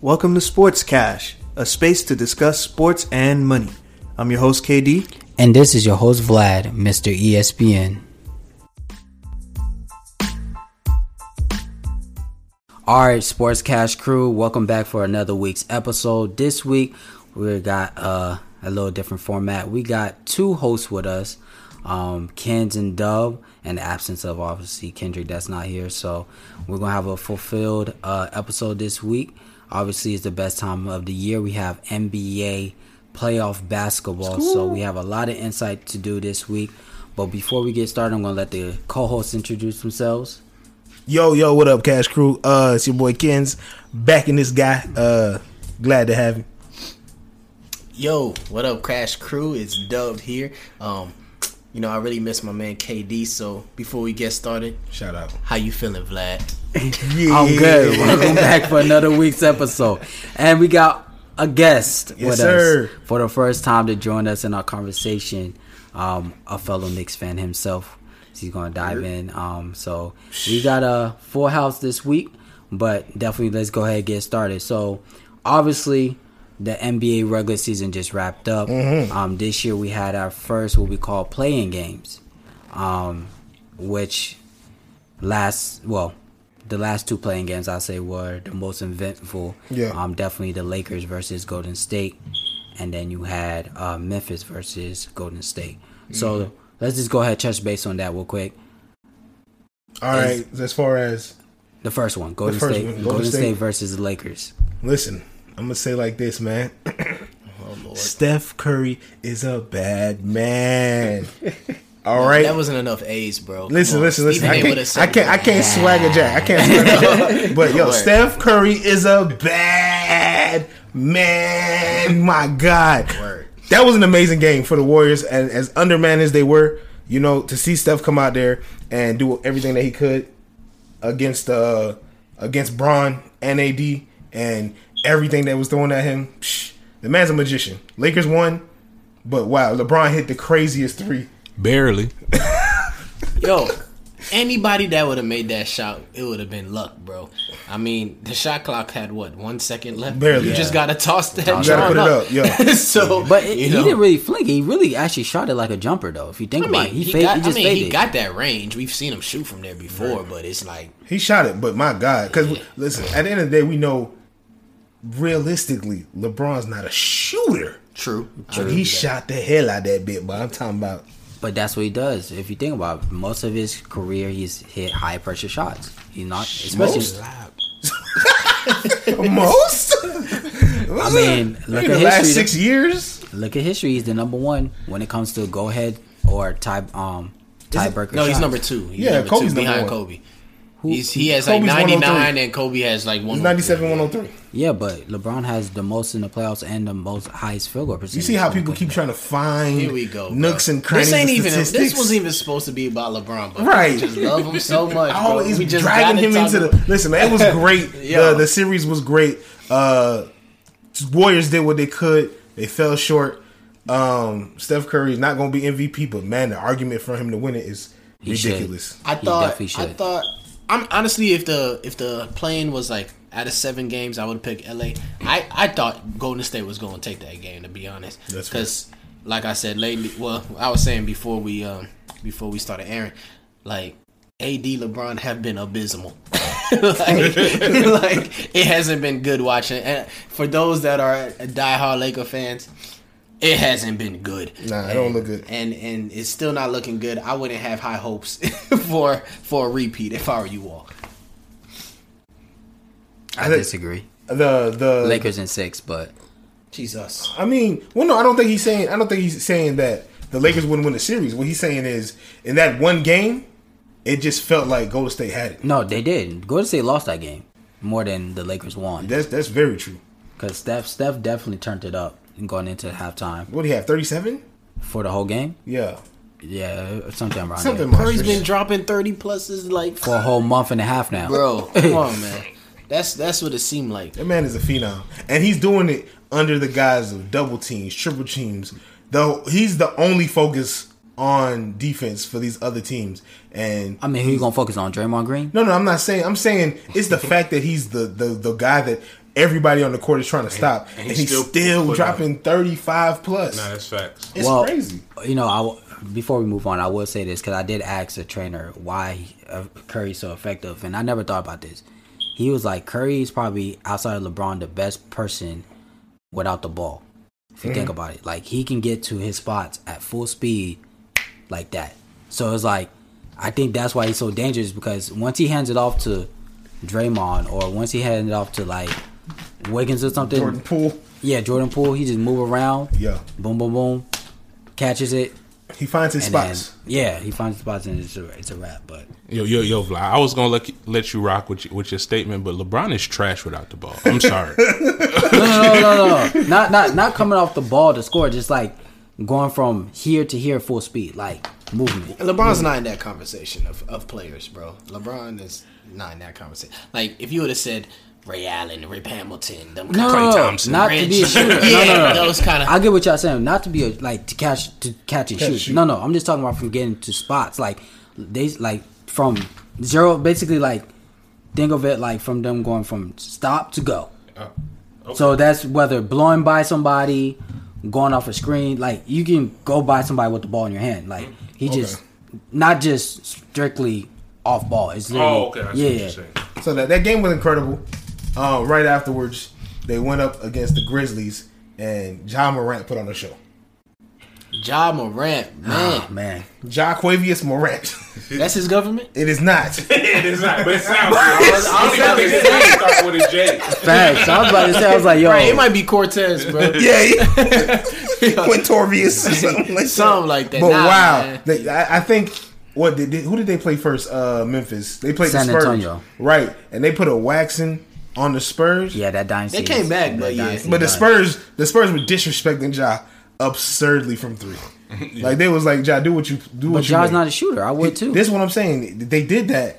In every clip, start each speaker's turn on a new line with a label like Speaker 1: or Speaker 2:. Speaker 1: Welcome to Sports Cash, a space to discuss sports and money. I'm your host, KD.
Speaker 2: And this is your host, Vlad, E Mr. ESPN. All right, Sports Cash crew, welcome back for another week's episode. This week, we got uh, a little different format. We got two hosts with us, um, Kens and Dub, and the absence of obviously Kendrick that's not here. So we're gonna have a fulfilled uh, episode this week. Obviously, it's the best time of the year. We have NBA playoff basketball, so we have a lot of insight to do this week. But before we get started, I'm gonna let the co-hosts introduce themselves.
Speaker 3: Yo, yo, what up, Cash Crew? Uh, it's your boy Ken's back in this guy. Uh, glad to have him.
Speaker 4: Yo, what up, Crash Crew? It's Dub here. Um, you know, I really miss my man KD. So before we get started,
Speaker 3: Shout out.
Speaker 4: how you feeling, Vlad?
Speaker 2: I'm good. Welcome back for another week's episode. And we got a guest
Speaker 3: Yes,
Speaker 2: with
Speaker 3: sir.
Speaker 2: us for the first time to join us in our conversation. Um, a fellow Knicks fan himself. He's going to dive in. Um, so we got a full house this week, but definitely let's go ahead and get started. So obviously, the NBA regular season just wrapped up.
Speaker 3: Mm-hmm.
Speaker 2: Um, this year we had our first what we call playing games, um, which last well the last two playing games i say were the most eventful
Speaker 3: Yeah.
Speaker 2: um definitely the lakers versus golden state and then you had uh memphis versus golden state so
Speaker 3: Mm-hmm.
Speaker 2: let's just go ahead touch base on that real quick
Speaker 3: All right, as far as
Speaker 2: the first one golden
Speaker 3: first
Speaker 2: state
Speaker 3: one,
Speaker 2: golden,
Speaker 3: Golden
Speaker 2: state.
Speaker 3: State.
Speaker 2: versus the lakers
Speaker 3: listen, I'm gonna say like this, man.
Speaker 4: Oh Lord,
Speaker 3: Steph Curry is a bad man. All right.
Speaker 4: that wasn't enough A's, bro. Come
Speaker 3: Listen,
Speaker 4: on.
Speaker 3: listen, listen.
Speaker 4: Stephen
Speaker 3: I
Speaker 4: A would've
Speaker 3: can't,
Speaker 4: said
Speaker 3: I can't, I
Speaker 4: that.
Speaker 3: can't swagger jack. I can't swagger jack. But yo, Steph Curry is a bad man. My God,
Speaker 4: Word.
Speaker 3: that was an amazing game for the Warriors, and as undermanned as they were, you know, to see Steph come out there and do everything that he could against uh against Braun and AD and everything that was thrown at him. Psh, the man's a magician. Lakers won, but wow, LeBron hit the craziest three.
Speaker 5: Barely.
Speaker 4: Yo, anybody that would have made that shot, it would have been luck, bro. I mean, the shot clock had what one second left.
Speaker 3: Barely.
Speaker 4: You just gotta toss that.
Speaker 3: You gotta put it up, yeah.
Speaker 4: it up. so,
Speaker 2: but it,
Speaker 4: you
Speaker 2: he
Speaker 4: know.
Speaker 2: didn't really fling it. he really actually shot it like a jumper though if you think
Speaker 4: I
Speaker 2: about
Speaker 4: mean,
Speaker 2: it
Speaker 4: he,
Speaker 2: he, faded
Speaker 4: got,
Speaker 2: he just
Speaker 4: I mean,
Speaker 2: faded
Speaker 4: he got that range. We've seen him shoot from there before, but it's like
Speaker 3: He shot it, but my God, because listen, at the end of the day, we know realistically LeBron's not a shooter.
Speaker 4: true.
Speaker 3: But he shot the hell out of that bit, but I'm talking about
Speaker 2: But that's what he does. If you think about it, most of his career, he's hit high pressure shots. He's not, especially.
Speaker 3: Most? most.
Speaker 2: I mean, look
Speaker 3: in
Speaker 2: at
Speaker 3: the last
Speaker 2: history.
Speaker 3: six years,
Speaker 2: Look at history. He's the number one when it comes to go ahead or tie um tiebreaker.
Speaker 4: No, he's
Speaker 2: shots.
Speaker 4: number two. He's
Speaker 3: Yeah,
Speaker 4: number
Speaker 3: Kobe's number
Speaker 4: two behind
Speaker 3: one.
Speaker 4: Kobe. He's, he has
Speaker 3: Kobe's
Speaker 4: like 99
Speaker 3: 103.
Speaker 4: and Kobe has like 103.
Speaker 3: 97 103.
Speaker 2: Yeah, but LeBron has the most in the playoffs and the most highest field goal percentage.
Speaker 3: You see how people keep trying to find
Speaker 4: Here we go. bro.
Speaker 3: nooks and crannies.
Speaker 4: This ain't even. This
Speaker 3: statistics.
Speaker 4: wasn't even supposed to be about LeBron, but
Speaker 3: Right.
Speaker 4: we just love him so much.
Speaker 3: I
Speaker 4: bro.
Speaker 3: always
Speaker 4: we just
Speaker 3: dragging
Speaker 4: gotta
Speaker 3: him
Speaker 4: talk
Speaker 3: into
Speaker 4: about-
Speaker 3: the. Listen, man, it was great.
Speaker 4: Yo.
Speaker 3: the, the series was great. Uh, Warriors did what they could. They fell short. Um, Steph Curry is not going to be MVP, but man, the argument for him to win it is
Speaker 2: should.
Speaker 3: ridiculous.
Speaker 4: I
Speaker 2: He
Speaker 4: thought.
Speaker 2: definitely
Speaker 4: I
Speaker 2: should.
Speaker 4: thought. I'm honestly, if the if the plane was like out of seven games, I would pick LA. I I thought Golden State was going to take that game to be honest,
Speaker 3: That's fair.
Speaker 4: because like I said lately, well, I was saying before we um before we started airing, like AD LeBron have been abysmal. like, like it hasn't been good watching. And for those that are diehard Laker fans, it hasn't been good.
Speaker 3: Nah, it
Speaker 4: and,
Speaker 3: don't look good.
Speaker 4: And and it's still not looking good. I wouldn't have high hopes for for a repeat if I were you all.
Speaker 2: I disagree.
Speaker 3: The the
Speaker 2: Lakers in six, but
Speaker 4: Jesus.
Speaker 3: I mean, well, no, I don't think he's saying. I don't think he's saying that the Lakers wouldn't win the series. What he's saying is in that one game, it just felt like Golden State had it.
Speaker 2: no, they did. Golden State lost that game more than the Lakers won
Speaker 3: That's that's very true.
Speaker 2: because Steph Steph definitely turned it up going into halftime
Speaker 3: What do you have? Thirty seven?
Speaker 2: for the whole game.
Speaker 3: Yeah,
Speaker 2: Yeah, something around
Speaker 3: something.
Speaker 2: there.
Speaker 4: Curry's
Speaker 3: monstrous.
Speaker 4: been dropping thirty pluses like
Speaker 2: for a whole month and a half now,
Speaker 4: bro. Come on, man. That's that's what it seemed like.
Speaker 3: That man is a phenom, and he's doing it under the guise of double teams, triple teams. Though he's the only focus on defense for these other teams, and
Speaker 2: I mean, who you gonna focus on? Draymond Green?
Speaker 3: no, no, I'm not saying. I'm saying it's the fact that he's the the the guy that everybody on the court is trying to stop, and,
Speaker 5: and he's
Speaker 3: he's still,
Speaker 5: still putting
Speaker 3: dropping thirty five plus.
Speaker 5: Nah, that's facts.
Speaker 3: it's
Speaker 2: Well,
Speaker 3: crazy.
Speaker 2: You know, I w- before we move on, I will say this because I did ask the trainer why uh, Curry's so effective, and I never thought about this. He was like, Curry's probably outside of LeBron the best person without the ball. If you think about it, like he can get to his spots at full speed like that. So it's like, I think that's why he's so dangerous because once he hands it off to Draymond or once he hands it off to like Wiggins or something,
Speaker 3: Jordan Poole,
Speaker 2: yeah, Jordan Poole, he just move around,
Speaker 3: yeah,
Speaker 2: boom, boom, boom, catches it,
Speaker 3: he finds his
Speaker 2: and
Speaker 3: spots.
Speaker 2: then- yeah, he finds spots and it's a, it's a wrap. But
Speaker 5: Yo, yo, yo, Vla. I was gonna let, let you rock with your, with your statement, but LeBron is trash without the ball. I'm sorry.
Speaker 2: no, no, no, no, no, not not not coming off the ball to score, just like going from here to here full speed, like movement.
Speaker 4: LeBron's not in that conversation of, of players, bro. LeBron is not in that conversation. Like if you would have said Ray Allen, Rip Hamilton, them
Speaker 2: No,
Speaker 5: Klay
Speaker 2: no, no,
Speaker 5: Thompson,
Speaker 2: not to be a shooter. No,
Speaker 4: yeah,
Speaker 2: no, no.
Speaker 4: those kind
Speaker 2: I
Speaker 4: of.
Speaker 2: get what y'all saying. Not to be a, like to catch to catch and shoot.
Speaker 3: shoot.
Speaker 2: No, no. I'm just talking about from getting to spots. Like they like from zero, basically like think of it like from them going from stop to go. So that's whether blowing by somebody, going off a screen. Like you can go by somebody with the ball in your hand. Like he just not just strictly off ball. It's literally,
Speaker 5: oh, okay. I see
Speaker 2: yeah,
Speaker 5: what you're saying.
Speaker 3: So that, that game was incredible. Uh, right afterwards, they went up against the Grizzlies, and John Morant put on a show.
Speaker 4: Ja Morant,
Speaker 2: Ah,
Speaker 4: man,
Speaker 2: man.
Speaker 3: Jaquavius Morant.
Speaker 4: that's his government.
Speaker 3: it is not.
Speaker 5: It is not, but it sounds. I was- I don't even think his name starts with a J.
Speaker 2: Facts. I was about to say, I was like, yo,
Speaker 4: Right, it might be Cortez, bro.
Speaker 3: yeah, Quintorvius or something like
Speaker 4: Something like that.
Speaker 3: But
Speaker 4: Nah,
Speaker 3: wow,
Speaker 4: man.
Speaker 3: they, I, I think what did they, who did they play first? Uh, Memphis. They played
Speaker 2: San
Speaker 3: the Spurs,
Speaker 2: Antonio.
Speaker 3: right? And they put a waxing on the Spurs.
Speaker 2: yeah, that dynasty.
Speaker 4: They came
Speaker 2: is-
Speaker 4: back,
Speaker 2: that
Speaker 4: but yeah.
Speaker 2: dynasty
Speaker 3: But the
Speaker 2: done.
Speaker 3: Spurs, the Spurs were disrespecting Ja absurdly from three. Like they was like Ja, do what you do.
Speaker 2: But
Speaker 3: what you
Speaker 2: Ja's
Speaker 3: want."
Speaker 2: not a shooter. I would too.
Speaker 3: This is what I'm saying. They did that.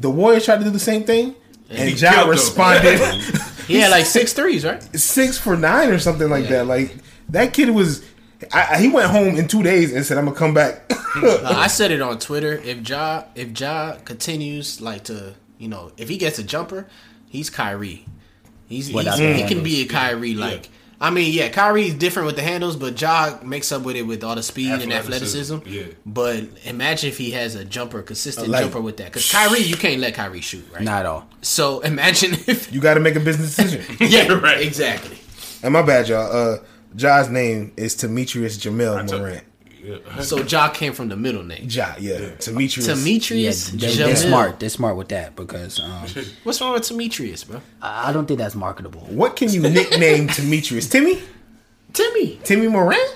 Speaker 3: The Warriors tried to do the same thing, and
Speaker 5: he
Speaker 3: Ja
Speaker 5: killed them.
Speaker 3: responded
Speaker 4: He had like six threes, right?
Speaker 3: six for nine or something like that. Like that kid was. I, I- he went home in two days and said, "I'm gonna come back."
Speaker 4: Uh, I said it on Twitter. If Ja if Ja continues like to you know if he gets a jumper, he's Kyrie. He's, he's
Speaker 2: Without the
Speaker 4: he can
Speaker 2: handles.
Speaker 4: be a Kyrie like. I mean, yeah, Kyrie's different with the handles, but Ja makes up with it with all the speed and
Speaker 5: Athleticism,
Speaker 4: athleticism.
Speaker 5: yeah.
Speaker 4: But imagine if he has a jumper, consistent
Speaker 3: Like-
Speaker 4: jumper with that. Because Kyrie, you can't let Kyrie shoot, right?
Speaker 2: not at all.
Speaker 4: So imagine if.
Speaker 3: you got to make a business decision.
Speaker 4: Yeah,
Speaker 5: Right.
Speaker 4: right. Exactly.
Speaker 3: and my bad, y'all. Uh, Ja's name is Demetrius Jamel
Speaker 5: took-
Speaker 3: Morant.
Speaker 4: So Ja came from the middle name.
Speaker 3: Ja, yeah, Demetrius.
Speaker 2: Yeah,
Speaker 4: Demetrius
Speaker 2: they,
Speaker 4: Jamil.
Speaker 2: they're smart. They're smart with that because um,
Speaker 4: What's wrong with Demetrius, bro?
Speaker 2: I I don't think that's marketable.
Speaker 3: what can you nickname Demetrius? Timmy?
Speaker 4: Timmy.
Speaker 3: Timmy Morant?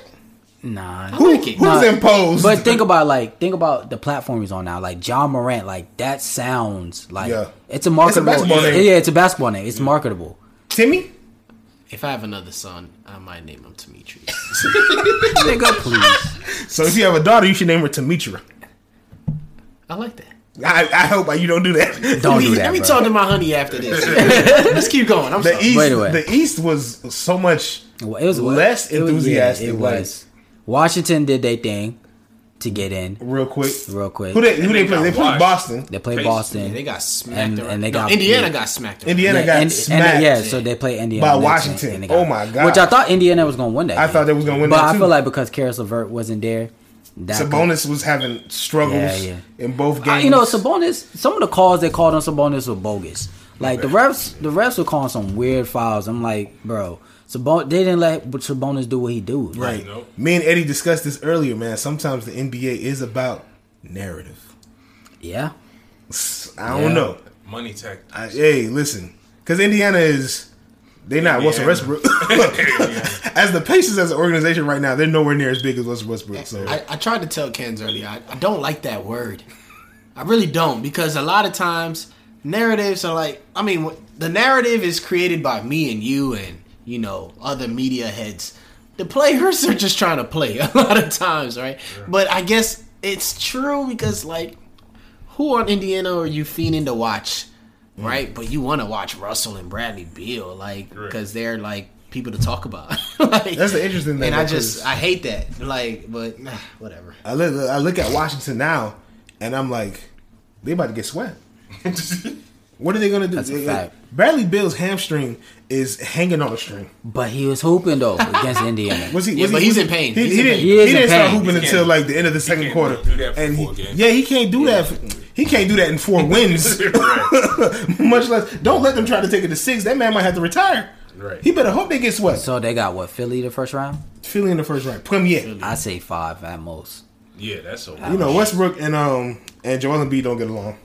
Speaker 2: Nah.
Speaker 3: Who,
Speaker 4: like it.
Speaker 3: who's
Speaker 2: Nah,
Speaker 3: imposed?
Speaker 2: But think about like think about the platform he's on now. Like John Morant, like that sounds like
Speaker 3: Yeah.
Speaker 2: it's a marketable.
Speaker 3: basketball name.
Speaker 2: Yeah, it's a basketball name. It's marketable.
Speaker 3: Timmy?
Speaker 4: If I have another son, I might name him Demetrius.
Speaker 2: Nigga, please.
Speaker 3: So if you have a daughter, you should name her Demetra.
Speaker 4: I like that.
Speaker 3: I, I hope you don't do that.
Speaker 2: Don't
Speaker 4: Let me,
Speaker 2: do that.
Speaker 4: let me
Speaker 2: bro.
Speaker 4: talk to my honey after this. Let's keep going. I'm
Speaker 3: The
Speaker 4: sorry.
Speaker 3: East,
Speaker 2: By the E way.
Speaker 3: the East was so much.
Speaker 2: Well, it was
Speaker 3: Less
Speaker 2: it was- yeah,
Speaker 3: enthusiastic,
Speaker 2: It was,
Speaker 3: like-
Speaker 2: Washington did their thing to get in
Speaker 3: Real quick,
Speaker 2: real quick.
Speaker 3: who they who they
Speaker 5: they
Speaker 3: play?
Speaker 5: got
Speaker 3: They played
Speaker 5: washed.
Speaker 3: Boston.
Speaker 2: they played
Speaker 5: Case-
Speaker 2: Boston.
Speaker 4: Yeah, they got smacked.
Speaker 2: And-
Speaker 4: around.
Speaker 2: and they
Speaker 4: No,
Speaker 2: got
Speaker 4: Indiana
Speaker 2: beat.
Speaker 4: got smacked. around.
Speaker 3: Indiana got
Speaker 2: and-
Speaker 3: smacked.
Speaker 2: and- yeah, so they play Indiana
Speaker 3: By
Speaker 2: next,
Speaker 3: Washington.
Speaker 2: and they
Speaker 3: Oh my God.
Speaker 2: Which I thought Indiana was going to win that.
Speaker 3: I
Speaker 2: game.
Speaker 3: thought they was gonna win
Speaker 2: but
Speaker 3: that
Speaker 2: I
Speaker 3: too.
Speaker 2: feel like because Karis LeVert wasn't there, that could-
Speaker 3: Sabonis was having struggles
Speaker 2: Yeah, yeah.
Speaker 3: in both
Speaker 2: I-
Speaker 3: games.
Speaker 2: you know, Sabonis. Some of the calls they called on Sabonis were bogus. Like the refs, the refs were calling some weird fouls. I'm like, bro, Sabon. They didn't let Sabonis do what he do. Like,
Speaker 3: Right.
Speaker 5: Nope.
Speaker 3: Me and Eddie discussed this earlier, man. Sometimes the NBA is about narrative.
Speaker 2: yeah.
Speaker 3: I don't
Speaker 2: Yeah.
Speaker 3: know.
Speaker 5: Money tech.
Speaker 3: I, hey, listen, because Indiana is they're not Russell
Speaker 5: Indiana.
Speaker 3: Westbrook. as the Pacers as an organization right now, they're nowhere near as big as Russell Westbrook. So
Speaker 4: I, I tried to tell Ken's earlier. I, I don't like that word. I really don't because a lot of times narratives are like. I mean, wh- the narrative is created by me and you and you know other media heads. The players are just trying to play a lot of times, right? But I guess it's true because like, who on Indiana are you fiending to watch, right? But you want to watch Russell and Bradley Beal, like because they're like people to talk about. like,
Speaker 3: That's the interesting thing
Speaker 4: And I
Speaker 3: about
Speaker 4: just
Speaker 3: this.
Speaker 4: I hate that. Like, but nah, whatever.
Speaker 3: I look I look at Washington now, and I'm like, they about to get swept. What are they gonna do?
Speaker 2: That's a
Speaker 3: Like,
Speaker 2: fact.
Speaker 3: Bradley Bill's hamstring is hanging on a string.
Speaker 2: But he was hooping though against Indiana.
Speaker 3: Was he?
Speaker 4: Yeah,
Speaker 3: was
Speaker 4: but
Speaker 3: he,
Speaker 4: he's
Speaker 3: was-
Speaker 4: in pain.
Speaker 3: He,
Speaker 4: He's
Speaker 3: he
Speaker 4: in
Speaker 3: didn't,
Speaker 4: pain.
Speaker 3: he
Speaker 2: He is in
Speaker 3: didn't start
Speaker 2: pain.
Speaker 3: hooping
Speaker 5: He
Speaker 3: until
Speaker 5: can't-
Speaker 3: like the end of the second
Speaker 5: can't
Speaker 3: quarter.
Speaker 5: do that for
Speaker 3: and
Speaker 5: four
Speaker 3: he,
Speaker 5: games.
Speaker 3: yeah, he can't do that. for- He can't do that in four wins. Much less, don't let them try to take it to six. That man might have to retire.
Speaker 5: Right.
Speaker 3: He better hope they get swept.
Speaker 2: So they got what Philly the first round?
Speaker 3: Philly in the first round. Premier.
Speaker 2: I say five at most.
Speaker 5: Yeah, that's so.
Speaker 3: You know Westbrook and um and Joel Embiid don't get along.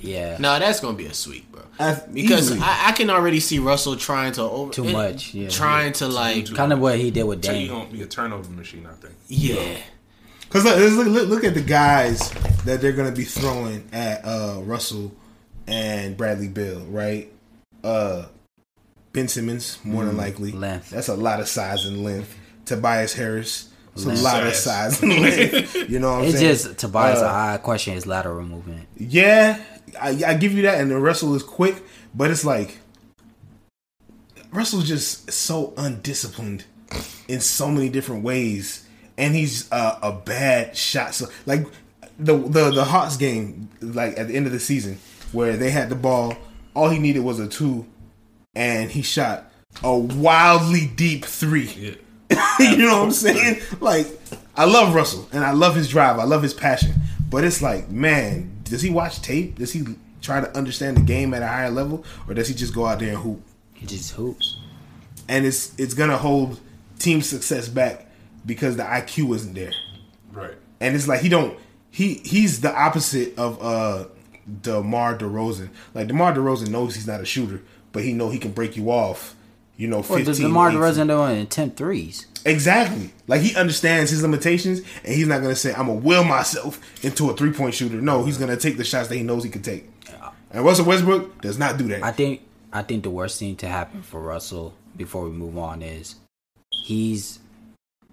Speaker 2: Yeah,
Speaker 4: No, that's gonna be a sweep, bro.
Speaker 3: I-
Speaker 4: because
Speaker 3: easily.
Speaker 4: I, I can already see Russell trying to over
Speaker 2: Too
Speaker 4: it-
Speaker 2: much, yeah.
Speaker 4: trying to like
Speaker 2: kind of what he did with
Speaker 5: So you
Speaker 2: Dame.
Speaker 5: gonna be a turnover machine, I think.
Speaker 4: yeah.
Speaker 3: Because look, look, look, look at the guys that they're going to be throwing at uh, Russell and Bradley Bill, right? Uh, ben Simmons, more than likely.
Speaker 2: Mm, length.
Speaker 3: That's a lot of size and length. Tobias Harris, it's a
Speaker 2: Length.
Speaker 3: lot of size and length. You know what I'm
Speaker 2: It's
Speaker 3: saying?
Speaker 2: just Tobias.
Speaker 3: Uh,
Speaker 2: I question his lateral movement.
Speaker 3: yeah, I, I give you that. And the Russell is quick, but it's like Russell's just so undisciplined in so many different ways, and he's uh, a bad shot. So like the the the Hawks game, like at the end of the season, where they had the ball, all he needed was a two, and he shot a wildly deep three. you know what I'm saying? Like, I love Russell and I love his drive. I love his passion. But it's like, man, does he watch tape? Does he try to understand the game at a higher level, or does he just go out there and hoop?
Speaker 2: He just hoops.
Speaker 3: And it's it's gonna hold team success back because the IQ isn't there.
Speaker 5: Right.
Speaker 3: And it's like he don't he he's the opposite of uh DeMar DeRozan. Like DeMar DeRozan knows he's not a shooter, but he know he can break you off. You know,
Speaker 2: Or
Speaker 3: 15,
Speaker 2: does DeMar
Speaker 3: 18.
Speaker 2: DeRozan doing attempt threes?
Speaker 3: Exactly. Like he understands his limitations, and he's not gonna say, "I'm gonna will myself into a three point shooter." No, he's gonna take the shots that he knows he can take. And Russell Westbrook does not do that.
Speaker 2: I think I think the worst thing to happen for Russell before we move on is he's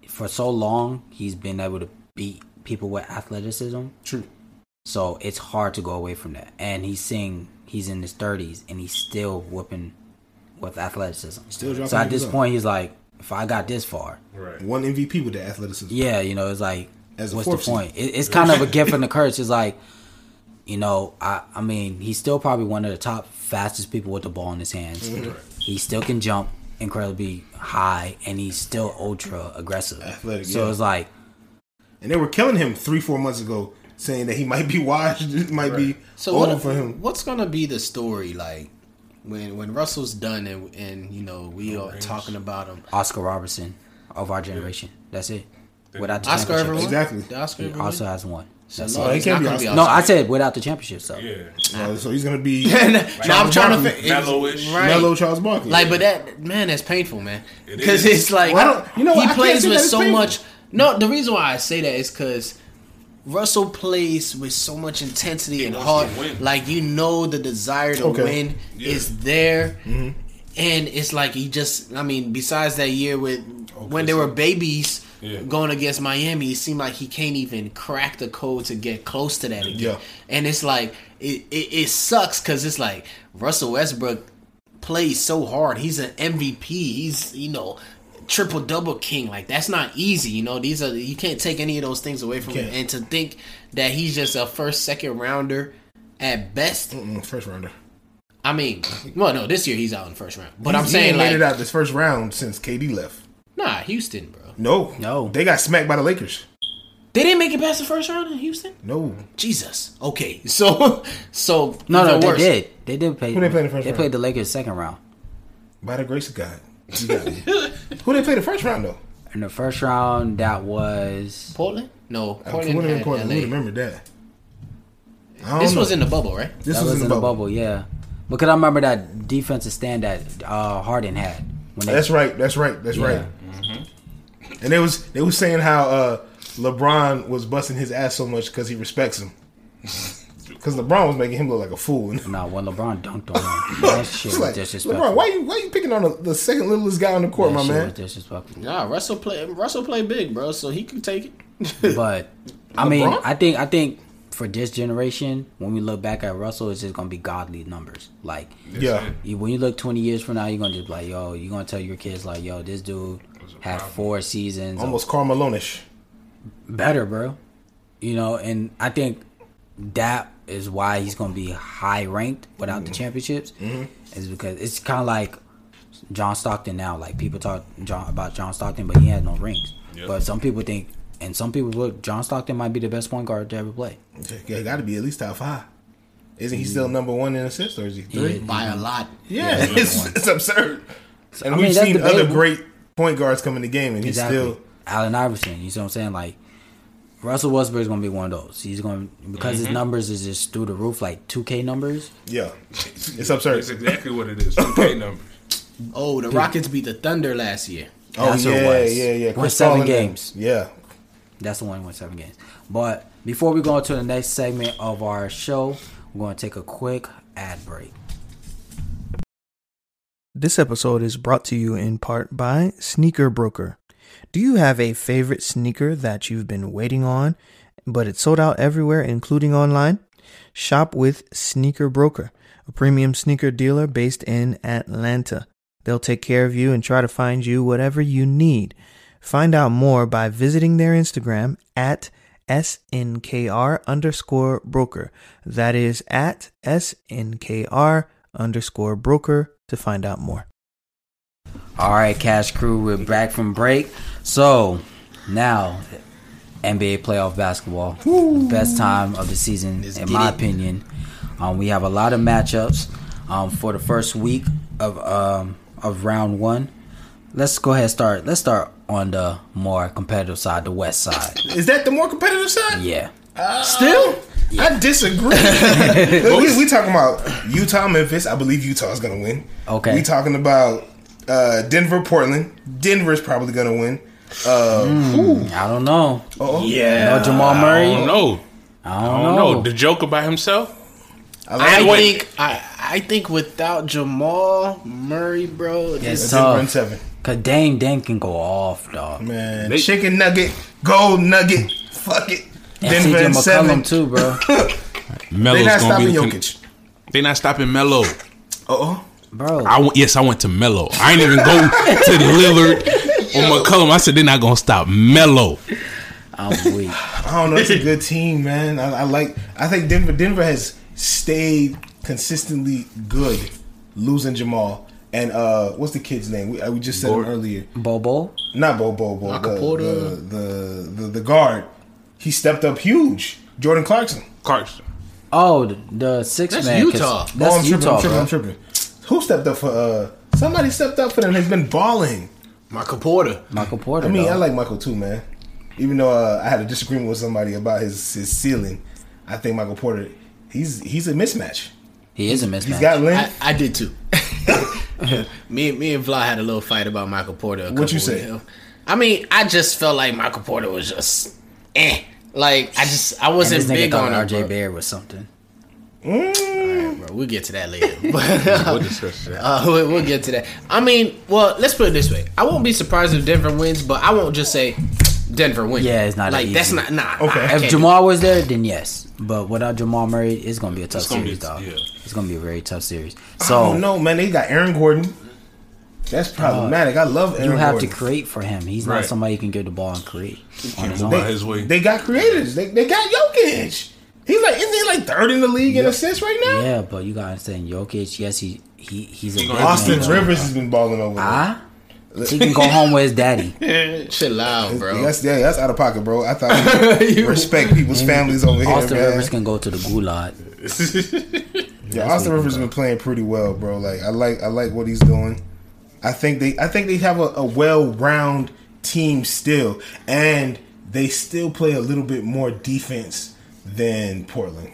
Speaker 2: for so long he's been able to beat people with athleticism.
Speaker 3: True.
Speaker 2: So it's hard to go away from that. And he's seeing he's in his thirties and he's still whooping with athleticism.
Speaker 3: Still dropping
Speaker 2: so at this
Speaker 3: niggas off.
Speaker 2: point he's like, if I got this far,
Speaker 5: Right.
Speaker 3: One MVP with the athleticism.
Speaker 2: yeah, you know, it's like
Speaker 3: As a
Speaker 2: what's the
Speaker 3: fourth seed.
Speaker 2: point? It, it's kind of a gift and a curse. It's like, you know, I I mean, he's still probably one of the top fastest people with the ball in his hands.
Speaker 3: Mm-hmm.
Speaker 2: He still can jump incredibly high, and he's still ultra aggressive.
Speaker 3: Athletic,
Speaker 2: so
Speaker 3: yeah.
Speaker 2: it's like,
Speaker 3: And they were killing him three, four months ago, saying that he might be washed, it might be
Speaker 4: So
Speaker 3: over
Speaker 4: what,
Speaker 3: for him.
Speaker 4: what's gonna be the story like when when Russell's done and and you know we are talking about him?
Speaker 2: Oscar Robertson of our generation. That's it. Without the
Speaker 4: Oscar
Speaker 2: championship.
Speaker 4: everyone
Speaker 3: Exactly.
Speaker 4: The Oscar
Speaker 2: He
Speaker 4: ever
Speaker 2: also
Speaker 4: win?
Speaker 2: has one. That's
Speaker 4: So,
Speaker 2: it.
Speaker 4: no,
Speaker 3: he
Speaker 4: it's
Speaker 3: can't
Speaker 4: not
Speaker 3: be
Speaker 4: gonna be
Speaker 3: Oscar.
Speaker 2: No,
Speaker 4: Oscar.
Speaker 2: I said without the championship. So
Speaker 5: Yeah.
Speaker 3: Uh, so he's gonna be
Speaker 4: now I'm trying to
Speaker 3: Barkley.
Speaker 4: think.
Speaker 5: Mellowish.
Speaker 4: right?
Speaker 3: mellow Charles Barkley.
Speaker 4: Like, but that man, that's painful, man.
Speaker 5: It
Speaker 4: Because
Speaker 5: is.
Speaker 4: it's like
Speaker 3: Well, I don't- you know what? I
Speaker 4: he
Speaker 3: can't
Speaker 4: plays
Speaker 3: say
Speaker 4: with
Speaker 3: that it's
Speaker 4: so
Speaker 3: painful.
Speaker 4: much. No, the reason why I say that is because Russell plays with so much intensity and heart.
Speaker 5: wants to win.
Speaker 4: Like you know, the desire to
Speaker 3: Okay. Mm-hmm.
Speaker 4: win
Speaker 5: Yeah.
Speaker 4: is there, and it's like he just. I mean, besides that year with
Speaker 3: Oh,
Speaker 4: when they were babies.
Speaker 5: Yeah.
Speaker 4: Going against Miami, it seemed like he can't even crack the code to get close to that again.
Speaker 3: Yeah.
Speaker 4: And it's like it, it, it sucks because it's like Russell Westbrook plays so hard. He's an MVP. He's you know triple double king. Like that's not easy. You know these are you can't take any of those things away from him.
Speaker 3: can't.
Speaker 4: And to think that he's just a first second rounder at best.
Speaker 3: Mm, first rounder.
Speaker 4: I mean, well no, this year he's out in the first round. But
Speaker 3: He-
Speaker 4: I'm
Speaker 3: he
Speaker 4: saying
Speaker 3: ain't made it
Speaker 4: like
Speaker 3: out this first round since KD left.
Speaker 4: nah, Houston, bro.
Speaker 3: No,
Speaker 2: No.
Speaker 3: they got smacked by the Lakers.
Speaker 4: They didn't make it past the first round in Houston.
Speaker 3: No,
Speaker 4: Jesus. Okay, so so
Speaker 2: No, no,
Speaker 4: even
Speaker 2: they
Speaker 4: worse.
Speaker 2: did. They did play.
Speaker 3: Who they play in the first
Speaker 2: They
Speaker 3: round?
Speaker 2: played the Lakers second round.
Speaker 3: by the grace of God. You got me. Who they play the first round though?
Speaker 2: In the first round, that was
Speaker 4: Portland. No,
Speaker 3: Portland,
Speaker 4: Portland.
Speaker 3: Portland,
Speaker 4: had
Speaker 3: Portland.
Speaker 4: LA.
Speaker 3: Who remembered that? I don't
Speaker 4: This
Speaker 3: know.
Speaker 4: was in the bubble, right?
Speaker 3: this
Speaker 2: that was in the bubble. Yeah, because I remember that defensive stand that uh, Harden had when they,
Speaker 3: That's right. That's right. That's
Speaker 2: Yeah.
Speaker 3: right. And they was they was saying how uh, LeBron was busting his ass so much because he respects him. Because LeBron was making him look like a fool. And
Speaker 2: Nah, when LeBron dunked on him, that shit
Speaker 3: it's
Speaker 2: was
Speaker 3: like,
Speaker 2: disrespectful.
Speaker 3: LeBron, why you why you picking on the, the second littlest guy on the court,
Speaker 2: that
Speaker 3: my
Speaker 2: shit
Speaker 3: man?
Speaker 2: was disrespectful.
Speaker 4: Nah, Russell play Russell play big, bro, so he can take it.
Speaker 2: But I mean,
Speaker 3: LeBron?
Speaker 2: I think I think for this generation, when we look back at Russell, it's just gonna be godly numbers. Like
Speaker 3: yeah,
Speaker 2: you, when you look twenty years from now, you're gonna just be like, yo, you're gonna tell your kids like, yo, this dude had four seasons, of
Speaker 3: almost Carmelonish.
Speaker 2: better, bro. You know, and I think that is why he's going to be high ranked without
Speaker 3: Mm-hmm.
Speaker 2: the championships is because it's kind of like John Stockton now. Like people talk John, about John Stockton, but he had no rings. But some people think, and some people look, John Stockton might be the best point guard to ever play.
Speaker 3: Yeah, got to be at least top five. Isn't he
Speaker 2: Mm.
Speaker 3: still number one in assists, or is he three?
Speaker 4: by a lot.
Speaker 3: Yeah, it's, it's absurd. And
Speaker 2: I mean,
Speaker 3: we've
Speaker 2: that's
Speaker 3: seen other
Speaker 2: debatable.
Speaker 3: great point guards come in the game, and he's
Speaker 2: Exactly.
Speaker 3: still
Speaker 2: Allen Iverson. You see what I'm saying? Like Russell Westbrook is gonna be one of those. He's gonna because his numbers is just through the roof, like 2K numbers.
Speaker 3: yeah. It's absurd.
Speaker 5: That's exactly what it is. 2K numbers.
Speaker 4: Oh, the Rockets beat the Thunder last year.
Speaker 3: Oh
Speaker 2: That's
Speaker 3: yeah,
Speaker 2: what it was.
Speaker 3: yeah, yeah.
Speaker 2: Won
Speaker 3: Chris
Speaker 2: seven
Speaker 3: Paul and them.
Speaker 2: games.
Speaker 3: Yeah,
Speaker 2: That's the one who won seven games. But before we go into the next segment of our show, we're gonna take a quick ad break.
Speaker 1: This episode is brought to you in part by Sneaker Broker. Do you have a favorite sneaker that you've been waiting on, but it's sold out everywhere, including online? Shop with Sneaker Broker, a premium sneaker dealer based in Atlanta. They'll take care of you and try to find you whatever you need. Find out more by visiting their Instagram at SNKR underscore broker. That is at SNKR underscore broker to find out more.
Speaker 2: All right, Cash Crew, we're back from break. So now, NBA playoff basketball, the best time of the season, in
Speaker 4: get
Speaker 2: my
Speaker 4: it.
Speaker 2: opinion. Um, we have a lot of matchups um, for the first week of um, of round one. Let's go ahead and start. Let's start on the more competitive side, the West side.
Speaker 3: is that the more competitive side?
Speaker 2: Yeah,
Speaker 3: Still, I disagree. Look, we, we talking about Utah, Memphis. I believe Utah's gonna win.
Speaker 2: Okay.
Speaker 3: We talking about uh, Denver, Portland. Denver's probably gonna win.
Speaker 2: I don't know.
Speaker 4: Yeah.
Speaker 2: No Jamal Murray.
Speaker 5: I don't know.
Speaker 2: I don't,
Speaker 5: I don't
Speaker 2: know.
Speaker 5: know. The Joker by himself?
Speaker 4: I
Speaker 5: Wait.
Speaker 4: think I I think without Jamal Murray, bro, this
Speaker 2: It's
Speaker 3: Denver in
Speaker 2: tough.
Speaker 3: seven.
Speaker 2: Cause Dame, Dame can go off, dog.
Speaker 3: Man,
Speaker 5: They-
Speaker 3: chicken nugget, gold nugget. Fuck it.
Speaker 2: And
Speaker 3: Denver
Speaker 2: CJ
Speaker 3: in seven.
Speaker 2: McCollum too, bro.
Speaker 5: Melo's
Speaker 3: They not
Speaker 5: gonna
Speaker 3: stopping
Speaker 5: be the con-
Speaker 3: Jokic.
Speaker 5: They not stopping Melo.
Speaker 3: Uh oh.
Speaker 2: Bro,
Speaker 5: I went, yes, I went to Melo. I ain't even go to Lillard or McCollum. I said they're not gonna stop Melo.
Speaker 2: I'm weak.
Speaker 3: I don't know. It's a good team, man. I, I like. I think Denver. Denver has stayed consistently good, losing Jamal and uh, what's the kid's name? We, uh, we just said him earlier.
Speaker 2: Bobo.
Speaker 3: Not Bo Bo Bo. The, the,
Speaker 4: Acapulco.
Speaker 3: the the the guard. He stepped up huge. Jordan Clarkson.
Speaker 5: Clarkson.
Speaker 2: Oh, the, the six
Speaker 4: That's
Speaker 2: man. 'cause
Speaker 4: Utah.
Speaker 2: That's
Speaker 3: oh, I'm
Speaker 2: Utah.
Speaker 3: tripping. I'm tripping.
Speaker 2: bro.
Speaker 3: I'm tripping. Who stepped up for? uh Somebody stepped up for them. Has been balling.
Speaker 4: Michael Porter.
Speaker 2: Michael Porter.
Speaker 3: I mean,
Speaker 2: dog.
Speaker 3: I like Michael too, man. Even though uh, I had a disagreement with somebody about his his ceiling, I think Michael Porter. He's he's a mismatch.
Speaker 2: he is a mismatch.
Speaker 3: He's got
Speaker 4: I,
Speaker 3: length.
Speaker 4: I did too. me me and Vla had a little fight about Michael Porter. a couple
Speaker 3: you
Speaker 4: weeks
Speaker 3: say?
Speaker 4: ago. I mean, I just felt like Michael Porter was just eh. Like I just I
Speaker 2: And this
Speaker 4: wasn't
Speaker 2: nigga
Speaker 4: big
Speaker 2: thought
Speaker 4: on
Speaker 2: RJ
Speaker 4: him. Bro.
Speaker 2: Barrett was something.
Speaker 4: Bro, we'll get to that later. But, uh,
Speaker 5: We'll discuss that.
Speaker 4: Uh, we- we'll get to that. I mean, well, let's put it this way. I won't be surprised if Denver wins, but I won't just say Denver wins.
Speaker 2: Yeah, it's not
Speaker 4: like
Speaker 2: easy.
Speaker 4: that's not nah.
Speaker 3: Okay.
Speaker 4: nah, I
Speaker 3: If
Speaker 4: can't
Speaker 2: If
Speaker 4: do
Speaker 2: Jamal was there, then yes. But without Jamal Murray, it's gonna be a tough
Speaker 5: gonna be
Speaker 2: series,
Speaker 5: a-
Speaker 2: dog.
Speaker 5: yeah.
Speaker 2: It's gonna be a very tough series.
Speaker 3: Oh
Speaker 2: So
Speaker 3: no, man! They got Aaron Gordon. That's problematic. I love Aaron
Speaker 2: Uh, you have to
Speaker 3: Gordon.
Speaker 2: create for him. He's not
Speaker 5: Right.
Speaker 2: somebody you can give the ball and create on his
Speaker 5: move
Speaker 2: own.
Speaker 5: out his way.
Speaker 3: They got creators. They, they got Jokic. He's like isn't he like third in the league in assists right now?
Speaker 2: Yeah, but you gotta understand, Jokic. Yes, he he he's a
Speaker 5: He
Speaker 2: big
Speaker 5: gonna-
Speaker 2: man,
Speaker 3: Austin
Speaker 2: dog.
Speaker 3: Rivers has been balling over. there.
Speaker 2: Ah, he can go home with his daddy.
Speaker 4: that. chill out, bro.
Speaker 3: That's yeah, that's out of pocket, bro. I thought we respect people's families over here.
Speaker 2: Austin
Speaker 3: man.
Speaker 2: Rivers can go to the gulag.
Speaker 3: Yeah, Austin
Speaker 2: what he
Speaker 3: Rivers has been playing pretty well, bro. Like I like I like what he's doing. I think they I think they have a, a well round team still, and they still play a little bit more defense than Portland.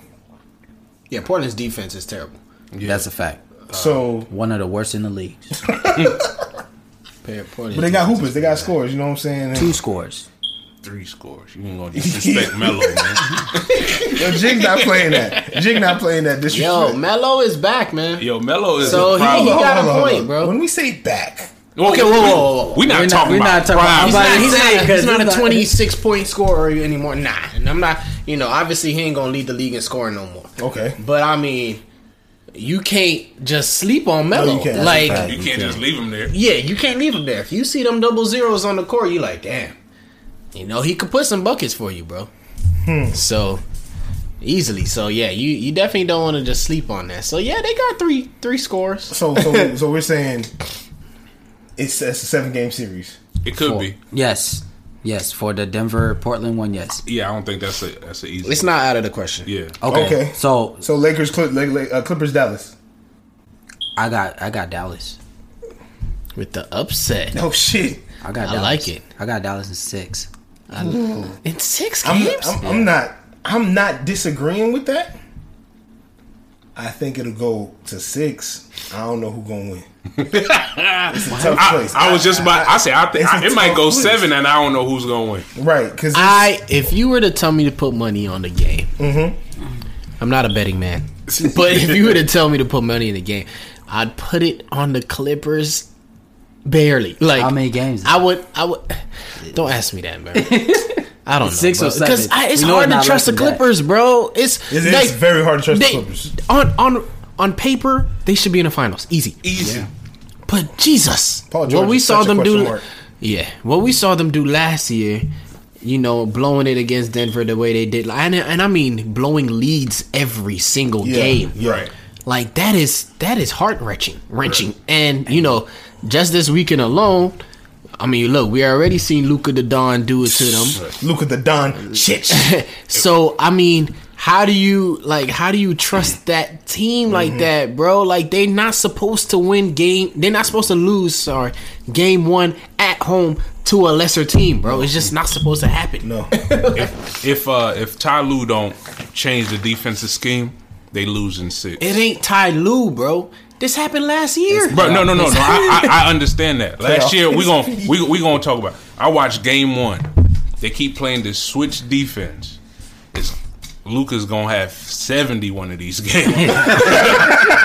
Speaker 4: Yeah, Portland's defense is terrible.
Speaker 2: That's a fact.
Speaker 4: Uh,
Speaker 3: So,
Speaker 2: One of the worst in the league.
Speaker 4: Pa- Portland's
Speaker 3: but they got
Speaker 4: defense
Speaker 3: hoopers,
Speaker 4: is
Speaker 3: they got
Speaker 4: pretty
Speaker 3: scores. You know what I'm saying?
Speaker 2: Two scores.
Speaker 5: Three scores. You ain't gonna disrespect Melo, man.
Speaker 3: Yo, Jig not playing that. Jig not playing that.
Speaker 4: bad.
Speaker 3: Disrespect.
Speaker 4: Yo, Melo is back, man.
Speaker 5: Yo, Melo is
Speaker 4: So
Speaker 5: a
Speaker 4: he-
Speaker 5: problem.
Speaker 4: he got a point,
Speaker 3: on.
Speaker 4: bro.
Speaker 3: When we say back,
Speaker 4: Okay, whoa, whoa, whoa, whoa.
Speaker 5: We're not
Speaker 2: We're not-
Speaker 5: talking
Speaker 2: we're
Speaker 5: about
Speaker 2: not talking about-
Speaker 5: prime.
Speaker 2: I'm like,
Speaker 4: He's,
Speaker 2: he's
Speaker 4: not,
Speaker 2: saying,
Speaker 4: he's
Speaker 2: 'cause
Speaker 4: not
Speaker 2: he's
Speaker 4: a
Speaker 2: not-
Speaker 4: 26 point scorer anymore. Nah, and I'm not, you know, obviously he ain't going to lead the league in scoring no more.
Speaker 3: okay.
Speaker 4: But I mean, you can't just sleep on Melo.
Speaker 3: you can't. That's a
Speaker 4: like,
Speaker 3: fact.
Speaker 5: You can't just leave him there.
Speaker 4: yeah, you can't leave him there. If you see them double zeros on the court, you
Speaker 3: Hmm.
Speaker 4: like, damn. You know, he could put some buckets for you, bro. So easily. So yeah, you you definitely don't want to just sleep on that. So yeah, they got three three scores.
Speaker 3: So so so we're saying it's, it's a seven game series.
Speaker 5: It could be.
Speaker 2: Yes, yes, for the Denver Portland one. Yes.
Speaker 5: Yeah, I don't think that's a that's an easy.
Speaker 4: It's not out of the question.
Speaker 5: yeah.
Speaker 2: Okay.
Speaker 3: Okay.
Speaker 2: So
Speaker 3: So Lakers, Cl- Lak- Lak- uh, Clippers, Dallas.
Speaker 2: I got I got Dallas.
Speaker 4: With the upset,
Speaker 3: Oh shit!
Speaker 2: I got.
Speaker 4: I
Speaker 2: Dallas.
Speaker 4: like it.
Speaker 2: I got Dallas in six.
Speaker 4: in six
Speaker 3: I'm,
Speaker 4: games,
Speaker 3: I'm, I'm not. I'm not disagreeing with that. I think it'll go to six. I don't know who's gonna win. it's a tough
Speaker 5: I,
Speaker 3: place.
Speaker 5: I was just about. I say I think
Speaker 3: It's a
Speaker 5: I- it might
Speaker 3: tough
Speaker 5: go
Speaker 3: place.
Speaker 5: seven, and I don't know who's gonna win.
Speaker 3: right because
Speaker 4: I if you were to tell me to put money on the game,
Speaker 3: Mm-hmm.
Speaker 4: I'm not a betting man, but if you were to tell me to put money in the game, I'd put it on the Clippers. Barely, like
Speaker 2: How many games?
Speaker 4: I would, I would. Don't ask me that, man. I don't know,
Speaker 2: Six or seven.
Speaker 4: because it's
Speaker 2: We know
Speaker 4: hard
Speaker 2: it's
Speaker 4: to
Speaker 2: not
Speaker 4: trust the
Speaker 2: less than that.
Speaker 4: Clippers, bro. It's
Speaker 3: It is very hard to trust the Clippers.
Speaker 4: On on on paper, they should be in the finals, easy, easy. But Jesus,
Speaker 3: Paul George
Speaker 4: what we
Speaker 3: is
Speaker 4: saw
Speaker 3: such a
Speaker 4: them
Speaker 3: question
Speaker 4: do,
Speaker 3: mark.
Speaker 4: yeah, what we saw them do last year, you know, blowing it against Denver the way they did, like, and and I mean blowing leads every single
Speaker 3: Yeah,
Speaker 4: game,
Speaker 3: yeah.
Speaker 5: Right.
Speaker 4: like that is that is heart wrenching, wrenching, and you know, just this weekend alone, I mean, look, we already seen Luca the Don do it to them.
Speaker 3: Luca the Don shit.
Speaker 4: so I mean, how do you like? How do you trust that team like that, bro? Like they not supposed to win game. They're not supposed to lose. Sorry, game one at home to a lesser team, bro. It's just not supposed to happen.
Speaker 3: No,
Speaker 5: If if uh, if Ty Lue don't change the defensive scheme, they lose in six.
Speaker 4: It ain't Ty Lue, bro. This happened last year.
Speaker 5: Bro, no, no, no, no. I, I, I understand that. Last year we gon' we we gonna talk about. it. I watched game one. They keep playing this switch defense. It's Luca's gonna have seventy one of these games, and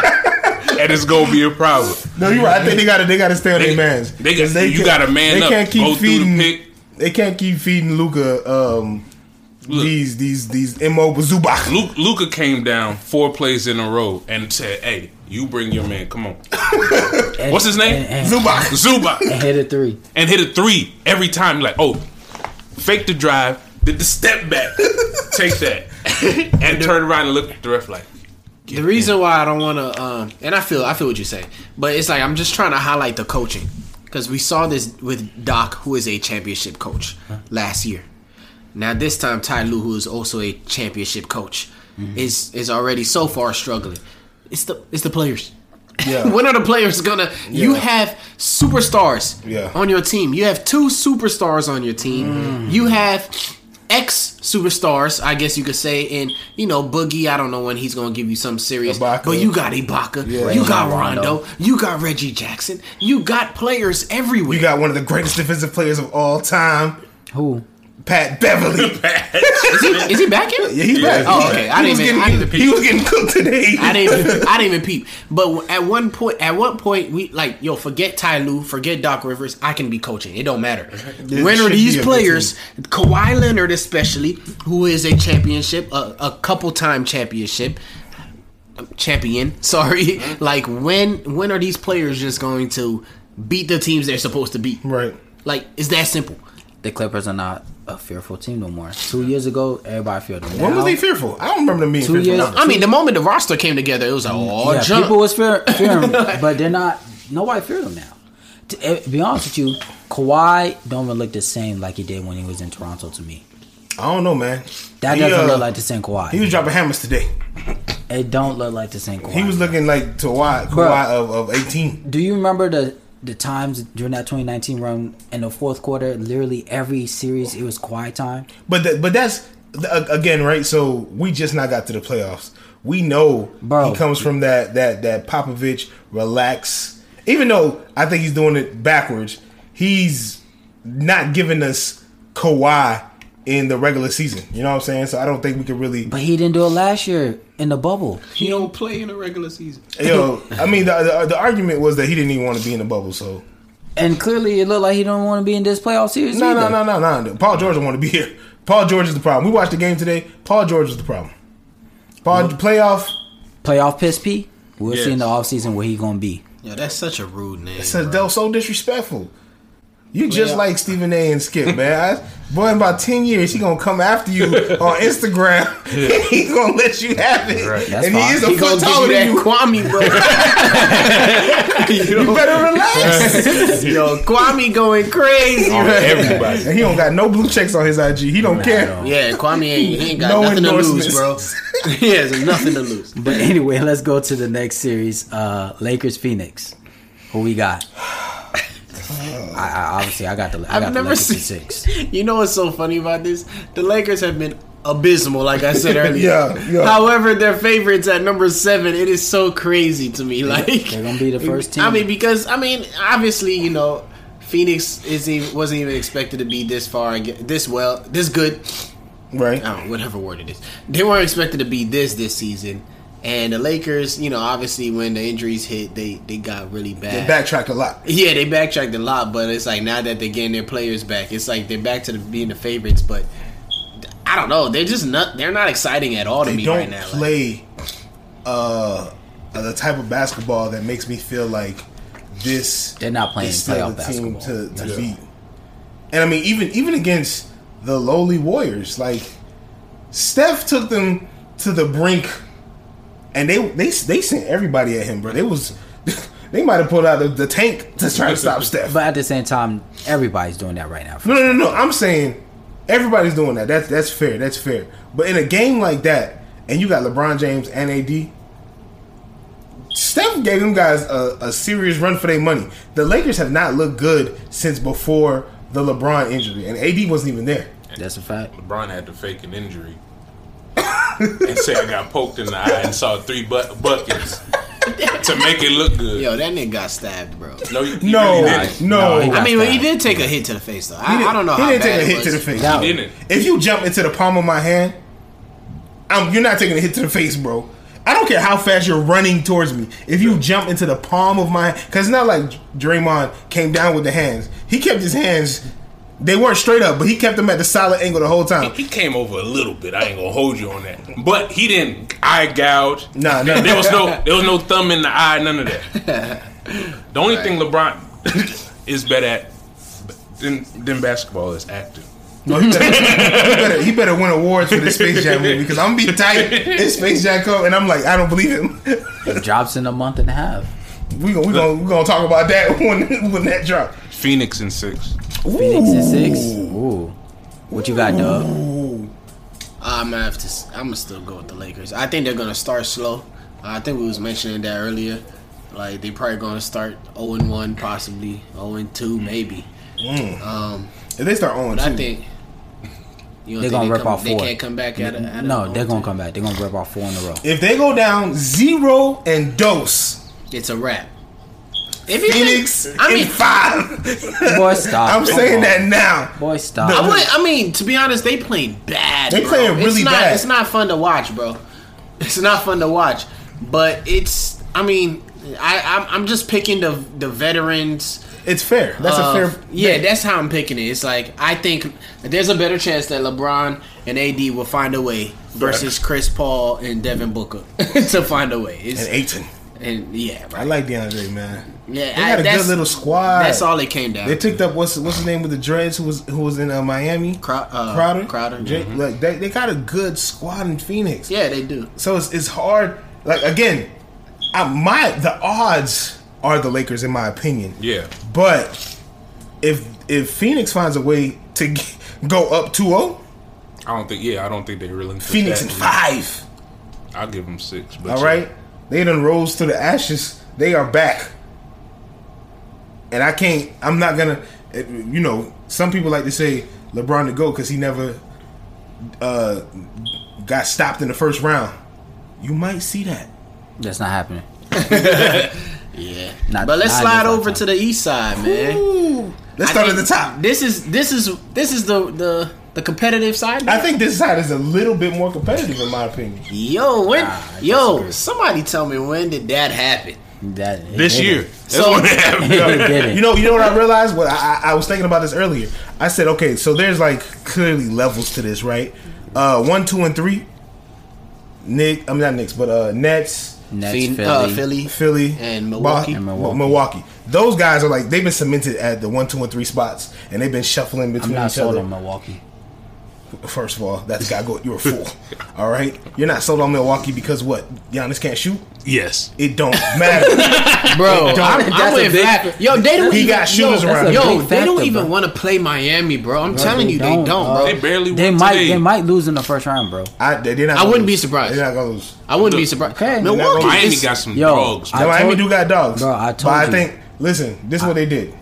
Speaker 5: it's gonna be a problem.
Speaker 3: no, you're right. I think they got to they got to stay on
Speaker 5: They-
Speaker 3: their mans.
Speaker 5: they got-
Speaker 3: 'Cause
Speaker 5: you
Speaker 3: can't-
Speaker 5: gotta man up, go through the pick.
Speaker 3: They can't keep feeding Luca um,
Speaker 5: Look.
Speaker 3: these these these mo Zubach.
Speaker 5: Luke Luca came down four plays in a row and said, "Hey, you bring your man. Come on,
Speaker 2: And-
Speaker 5: What's his name?
Speaker 2: and- and-
Speaker 3: Zubach.
Speaker 5: Zuba,"
Speaker 2: Hit a three.
Speaker 5: and hit a three every time. Like, oh, fake the drive, did the step back, take that, and turn around and look at the ref like,
Speaker 4: The reason why I don't want to, um, and I feel I feel what you say, but it's like I'm just trying to highlight the coaching because we saw this with Doc, who is a championship coach last year. Now this time, Ty Lue, who is also a championship coach, is is already so far struggling. It's the it's the players.
Speaker 3: Yeah.
Speaker 4: when are the players gonna? You
Speaker 3: Yeah.
Speaker 4: have superstars
Speaker 3: Yeah.
Speaker 4: on your team. You have two superstars on your team.
Speaker 3: Mm.
Speaker 4: You have ex superstars, I guess you could say, and you know Boogie. I don't know when he's gonna give you something serious,
Speaker 3: Ibaka.
Speaker 4: but you got Ibaka,
Speaker 3: Yeah.
Speaker 4: you got
Speaker 2: Rondo.
Speaker 4: Rondo, you got Reggie Jackson, you got players everywhere.
Speaker 3: You got one of the greatest defensive players of all time,
Speaker 2: Who?
Speaker 3: Pat Beverly.
Speaker 4: is, he, is he back in?
Speaker 3: Yeah, he's back.
Speaker 4: Oh, okay. I
Speaker 3: He was
Speaker 4: didn't
Speaker 3: getting,
Speaker 4: even- I didn't
Speaker 3: he was getting cooked today.
Speaker 4: I didn't. Even, I didn't even peep. But at one point, at one point, we like yo. Forget Ty Lue. Forget Doc Rivers. I can be coaching. It don't matter. when
Speaker 3: should
Speaker 4: are
Speaker 3: be
Speaker 4: these
Speaker 3: a good
Speaker 4: players? Kawhi Leonard, especially, who is a championship, a, a couple time championship champion. Sorry.
Speaker 3: Uh-huh.
Speaker 4: Like when? When are these players just going to beat the teams they're supposed to beat?
Speaker 3: Right.
Speaker 4: Like it's that simple.
Speaker 2: The Clippers are not a fearful team no more. Two years ago, everybody feared them.
Speaker 3: When
Speaker 2: Now-
Speaker 3: was they fearful? I don't remember them being fearful.
Speaker 2: years-
Speaker 3: numbers.
Speaker 4: I mean, the moment the roster came together, it was like, oh,
Speaker 2: yeah,
Speaker 4: jump.
Speaker 2: people was fear, fear him, but they're not. Nobody feared him now. To eh, be honest with you, Kawhi don't even look the same like he did when he was in Toronto. To me,
Speaker 3: I don't know, man.
Speaker 2: that
Speaker 3: He,
Speaker 2: doesn't
Speaker 3: uh,
Speaker 2: look like the same Kawhi.
Speaker 3: He was dropping hammers today.
Speaker 2: it don't look like the same Kawhi.
Speaker 3: He was looking like Kawhi, Kawhi
Speaker 2: Bruh.
Speaker 3: of, of 18.
Speaker 2: Do you remember the the times during that 2019 run in the fourth quarter? Literally every series, it was Kawhi time.
Speaker 3: But that, but that's, uh, again, right? So we just not got to the playoffs. We know
Speaker 2: Bro.
Speaker 3: he comes from that, that, that Popovich relax. Even though I think he's doing it backwards, he's not giving us Kawhi in the regular season. You know what I'm saying? So I don't think we could really.
Speaker 2: But he didn't do it last year in the bubble.
Speaker 4: He don't play in the regular season.
Speaker 3: Yo, I mean, the, the the argument was that he didn't even want to be in the bubble. So
Speaker 2: And clearly, it looked like he don't want to be in this playoff series.
Speaker 3: no, no,
Speaker 2: either.
Speaker 3: no, no, no. Paul George don't want to be here. Paul George is the problem. We watched the game today. Paul George is the problem. Paul playoff.
Speaker 2: Playoff piss pee. We'll
Speaker 5: Yes.
Speaker 2: see in the offseason where he gonna be.
Speaker 4: Yeah, that's such a rude name.
Speaker 3: So
Speaker 4: bro.
Speaker 3: they so disrespectful. You just
Speaker 4: Yeah.
Speaker 3: like Stephen A. and Skip, man. I, boy, in about ten years, he gonna come after you on Instagram. He's gonna let you have it,
Speaker 5: Right.
Speaker 2: That's
Speaker 3: and
Speaker 2: fine.
Speaker 3: he is a
Speaker 4: He
Speaker 3: foot
Speaker 4: gonna give you
Speaker 3: taller
Speaker 4: that
Speaker 3: than you.
Speaker 4: Kwame, bro. you
Speaker 3: You
Speaker 4: know?
Speaker 3: better relax.
Speaker 4: Yo, Kwame going crazy.
Speaker 5: on everybody.
Speaker 3: and he don't got no blue checks on his IG. He don't care.
Speaker 4: Yeah, Kwame ain't, he ain't got
Speaker 3: No
Speaker 4: nothing to lose, bro.
Speaker 3: endorsements.
Speaker 4: he has nothing to lose.
Speaker 2: But anyway, let's go to the next series. Uh Lakers Phoenix. Who we got? I, I obviously I got the I got
Speaker 4: I've
Speaker 2: the
Speaker 4: never
Speaker 2: Lakers in
Speaker 4: seen-
Speaker 2: six.
Speaker 4: You know what's so funny about this? The Lakers have been abysmal, like I said earlier.
Speaker 3: Yeah, yeah.
Speaker 4: However, their favorites at number seven. It is so crazy to me. Like
Speaker 2: They're gonna be the first team.
Speaker 4: I mean, because I mean, obviously, you know, Phoenix is even, wasn't even expected to be this far, ag- this well, this good.
Speaker 3: Right.
Speaker 4: I don't know, Oh, whatever word it is. They weren't expected to be this this season. And the Lakers, you know, obviously when the injuries hit, they they got really
Speaker 3: They
Speaker 4: bad.
Speaker 3: backtrack a lot.
Speaker 4: Yeah, they backtracked a lot, but it's like now that they're getting their players back, it's like they're back to the, being the favorites. But I don't know, they're just not they're not exciting at all to
Speaker 3: They
Speaker 4: me
Speaker 3: don't
Speaker 4: right now. Like,
Speaker 3: play uh, the type of basketball that makes me feel like this.
Speaker 2: They're not playing
Speaker 3: this another
Speaker 2: playoff basketball.
Speaker 3: team to, to
Speaker 5: Yeah.
Speaker 3: beat. And I mean, even even against the lowly Warriors, like Steph took them to the brink, and they they they sent everybody at him, bro. They was they might have pulled out the, the tank to try to stop Steph.
Speaker 2: But at the same time, everybody's doing that right now.
Speaker 3: No, no, no, no. I'm saying everybody's doing that. That's that's fair. That's fair. But in a game like that, and you got LeBron James and AD, Steph gave them guys a, a serious run for their money. The Lakers have not looked good since before the LeBron injury, and AD wasn't even there.
Speaker 2: That's a fact.
Speaker 5: LeBron had to fake an injury and say I got poked in the eye and saw three bu- buckets to make it look good.
Speaker 4: yo, that nigga got stabbed, bro.
Speaker 5: No, you,
Speaker 3: No,
Speaker 5: didn't.
Speaker 3: no.
Speaker 2: No, he
Speaker 4: I mean,
Speaker 2: got
Speaker 4: he
Speaker 2: stabbed.
Speaker 4: did take a hit to the face, though.
Speaker 3: He
Speaker 4: I,
Speaker 3: didn't-
Speaker 4: I don't know
Speaker 3: He
Speaker 4: how
Speaker 3: didn't
Speaker 4: bad
Speaker 3: take a
Speaker 4: it
Speaker 3: hit
Speaker 4: was.
Speaker 3: to the face.
Speaker 2: That-
Speaker 5: You didn't.
Speaker 3: If you jump into the palm of my hand, i you're not taking a hit to the face, bro. I don't care how fast you're running towards me. If you jump into the palm of my, because it's not like Draymond came down with the hands. He kept his hands. They weren't straight up, but he kept them at the solid angle the whole time.
Speaker 5: He came over a little bit. I ain't gonna hold you on that. But he didn't eye gouge.
Speaker 3: Nah, nah.
Speaker 5: There was no there was no thumb in the eye, none of that. The only thing LeBron is better at than, than basketball is acting.
Speaker 3: No, he better, he better, he better win awards for this Space Jam movie because I'm gonna be tight. It's Space Jam come, and I'm like, I don't believe him.
Speaker 2: Drops in a month and a half.
Speaker 3: we gonna we gonna we gonna talk about that when when that drop.
Speaker 5: Phoenix and six.
Speaker 2: Phoenix in six. Ooh. What you got, Doug?
Speaker 4: I'm gonna have to. s- I'm gonna still go with the Lakers. I think they're gonna start slow. I think we was mentioning that earlier. Like they probably gonna start 0 and 1, possibly 0 and
Speaker 2: Mm-hmm.
Speaker 4: 2, maybe. Um,
Speaker 3: If they start on,
Speaker 4: but I
Speaker 3: two,
Speaker 4: think you
Speaker 2: They
Speaker 4: don't think
Speaker 2: gonna
Speaker 4: they
Speaker 2: rip
Speaker 4: come,
Speaker 2: off
Speaker 4: They
Speaker 2: four.
Speaker 4: can't come back at a, at a
Speaker 2: No, they're gonna
Speaker 4: home team?
Speaker 2: come back. They're gonna rip off four in a row.
Speaker 3: if they go down zero and dose.
Speaker 4: It's a wrap. If you
Speaker 3: Phoenix
Speaker 4: think, I mean,
Speaker 3: in five.
Speaker 2: Boy, stop.
Speaker 3: I'm
Speaker 2: Come
Speaker 3: saying
Speaker 2: on.
Speaker 3: that now.
Speaker 2: Boy, stop.
Speaker 4: I would. I mean, to be honest, they playing bad.
Speaker 3: They
Speaker 4: bro.
Speaker 3: playing
Speaker 4: It's
Speaker 3: really
Speaker 4: not-
Speaker 3: bad.
Speaker 4: It's not fun to watch, bro. It's not fun to watch, but it's. I mean, I I'm, I'm just picking the the veterans.
Speaker 3: It's fair. That's
Speaker 4: of-
Speaker 3: a fair.
Speaker 4: Uh, Yeah, that's how I'm picking it. It's like I think there's a better chance that LeBron and AD will find a way versus Chris Paul and Devin Booker to find a way. It's,
Speaker 3: And Aiton.
Speaker 4: and yeah, right.
Speaker 3: I like DeAndre, man. they
Speaker 4: Yeah, I-
Speaker 3: got a good
Speaker 4: that's-
Speaker 3: little squad.
Speaker 4: That's all it came down.
Speaker 3: They
Speaker 4: to.
Speaker 3: picked up what's what's his name with the dreads who was who was in uh, Miami
Speaker 4: Crow- uh,
Speaker 3: Crowder
Speaker 4: Crowder,
Speaker 3: J-
Speaker 4: mhm.
Speaker 3: Like they, they got a good squad in Phoenix.
Speaker 4: Yeah, they do.
Speaker 3: So it's, it's hard. Like again, I, my the odds are the Lakers in my opinion.
Speaker 5: Yeah.
Speaker 3: But if if Phoenix finds a way to g- go up 2-0,
Speaker 5: I don't think yeah, I don't think they really
Speaker 3: Phoenix in five.
Speaker 5: I'll give them six. But
Speaker 3: All
Speaker 5: yeah.
Speaker 3: right, they done rose to the ashes. They are back, and I can't. I'm not gonna. it- You know, some people like to say LeBron to go because he never uh, got stopped in the first round. You might see that.
Speaker 2: That's not happening.
Speaker 4: Yeah,
Speaker 2: Not-
Speaker 4: but let's
Speaker 2: not
Speaker 4: slide
Speaker 2: this
Speaker 4: over
Speaker 2: lifetime.
Speaker 4: to the east side, man.
Speaker 3: Ooh, let's
Speaker 4: I
Speaker 3: start at the
Speaker 4: think
Speaker 3: top.
Speaker 4: This is this is this is the the the competitive side.
Speaker 3: I think this side is a little bit more competitive, in my opinion.
Speaker 4: yo, when
Speaker 2: Nah, I
Speaker 4: yo,
Speaker 2: disagree.
Speaker 4: somebody tell me when did that happen?
Speaker 2: That it
Speaker 5: This
Speaker 2: didn't.
Speaker 5: year. That's
Speaker 4: So-
Speaker 5: what happened.
Speaker 2: It didn't.
Speaker 3: You know, you know what I realized? What I, I, I was thinking about this earlier. I said, okay, so there's like clearly levels to this, right? Uh, one, two, and three. Nick, I'm not Knicks, but uh, Nets,
Speaker 2: Nets,
Speaker 4: Phoen-
Speaker 2: Philly.
Speaker 4: uh, Philly,
Speaker 3: Philly
Speaker 4: and Milwaukee.
Speaker 3: Bo-
Speaker 2: And Milwaukee.
Speaker 3: Milwaukee. Those guys are like they've been cemented at the one, two, and three spots, and they've been shuffling
Speaker 2: I'm
Speaker 3: between
Speaker 2: not
Speaker 3: each
Speaker 2: sold
Speaker 3: other.
Speaker 2: on Milwaukee.
Speaker 3: First of all, that's got to go. You're a fool. All right, you're not sold on Milwaukee because what? Giannis can't shoot.
Speaker 5: Yes.
Speaker 3: It don't matter.
Speaker 4: Bro,
Speaker 3: Don't-
Speaker 4: I,
Speaker 3: that's
Speaker 4: I
Speaker 2: a
Speaker 4: went
Speaker 2: big-
Speaker 4: back. Yo, they don't
Speaker 3: He
Speaker 4: even,
Speaker 3: got shooters
Speaker 4: yo,
Speaker 3: around him.
Speaker 4: Yo,
Speaker 2: That's a
Speaker 4: they
Speaker 2: big
Speaker 4: don't
Speaker 2: factor,
Speaker 4: even
Speaker 2: bro.
Speaker 4: want to play Miami, bro. I'm telling you, they don't,
Speaker 2: dog.
Speaker 4: bro.
Speaker 5: They barely
Speaker 2: They
Speaker 5: won
Speaker 2: might.
Speaker 5: today.
Speaker 2: They might lose in the first round, bro.
Speaker 3: I, they, they're not
Speaker 4: I
Speaker 3: gonna
Speaker 4: wouldn't be
Speaker 3: lose.
Speaker 4: surprised.
Speaker 3: They're not gonna lose.
Speaker 4: I wouldn't be
Speaker 5: Look,
Speaker 4: surprised.
Speaker 2: okay.
Speaker 4: Milwaukee,
Speaker 5: Miami
Speaker 4: is-
Speaker 5: got some
Speaker 2: Yo,
Speaker 5: dogs.
Speaker 2: I
Speaker 5: man.
Speaker 3: Now, Miami
Speaker 2: told-
Speaker 3: do got dogs,
Speaker 2: Bro, I told
Speaker 3: but I
Speaker 2: you.
Speaker 3: think listen, this is what they did.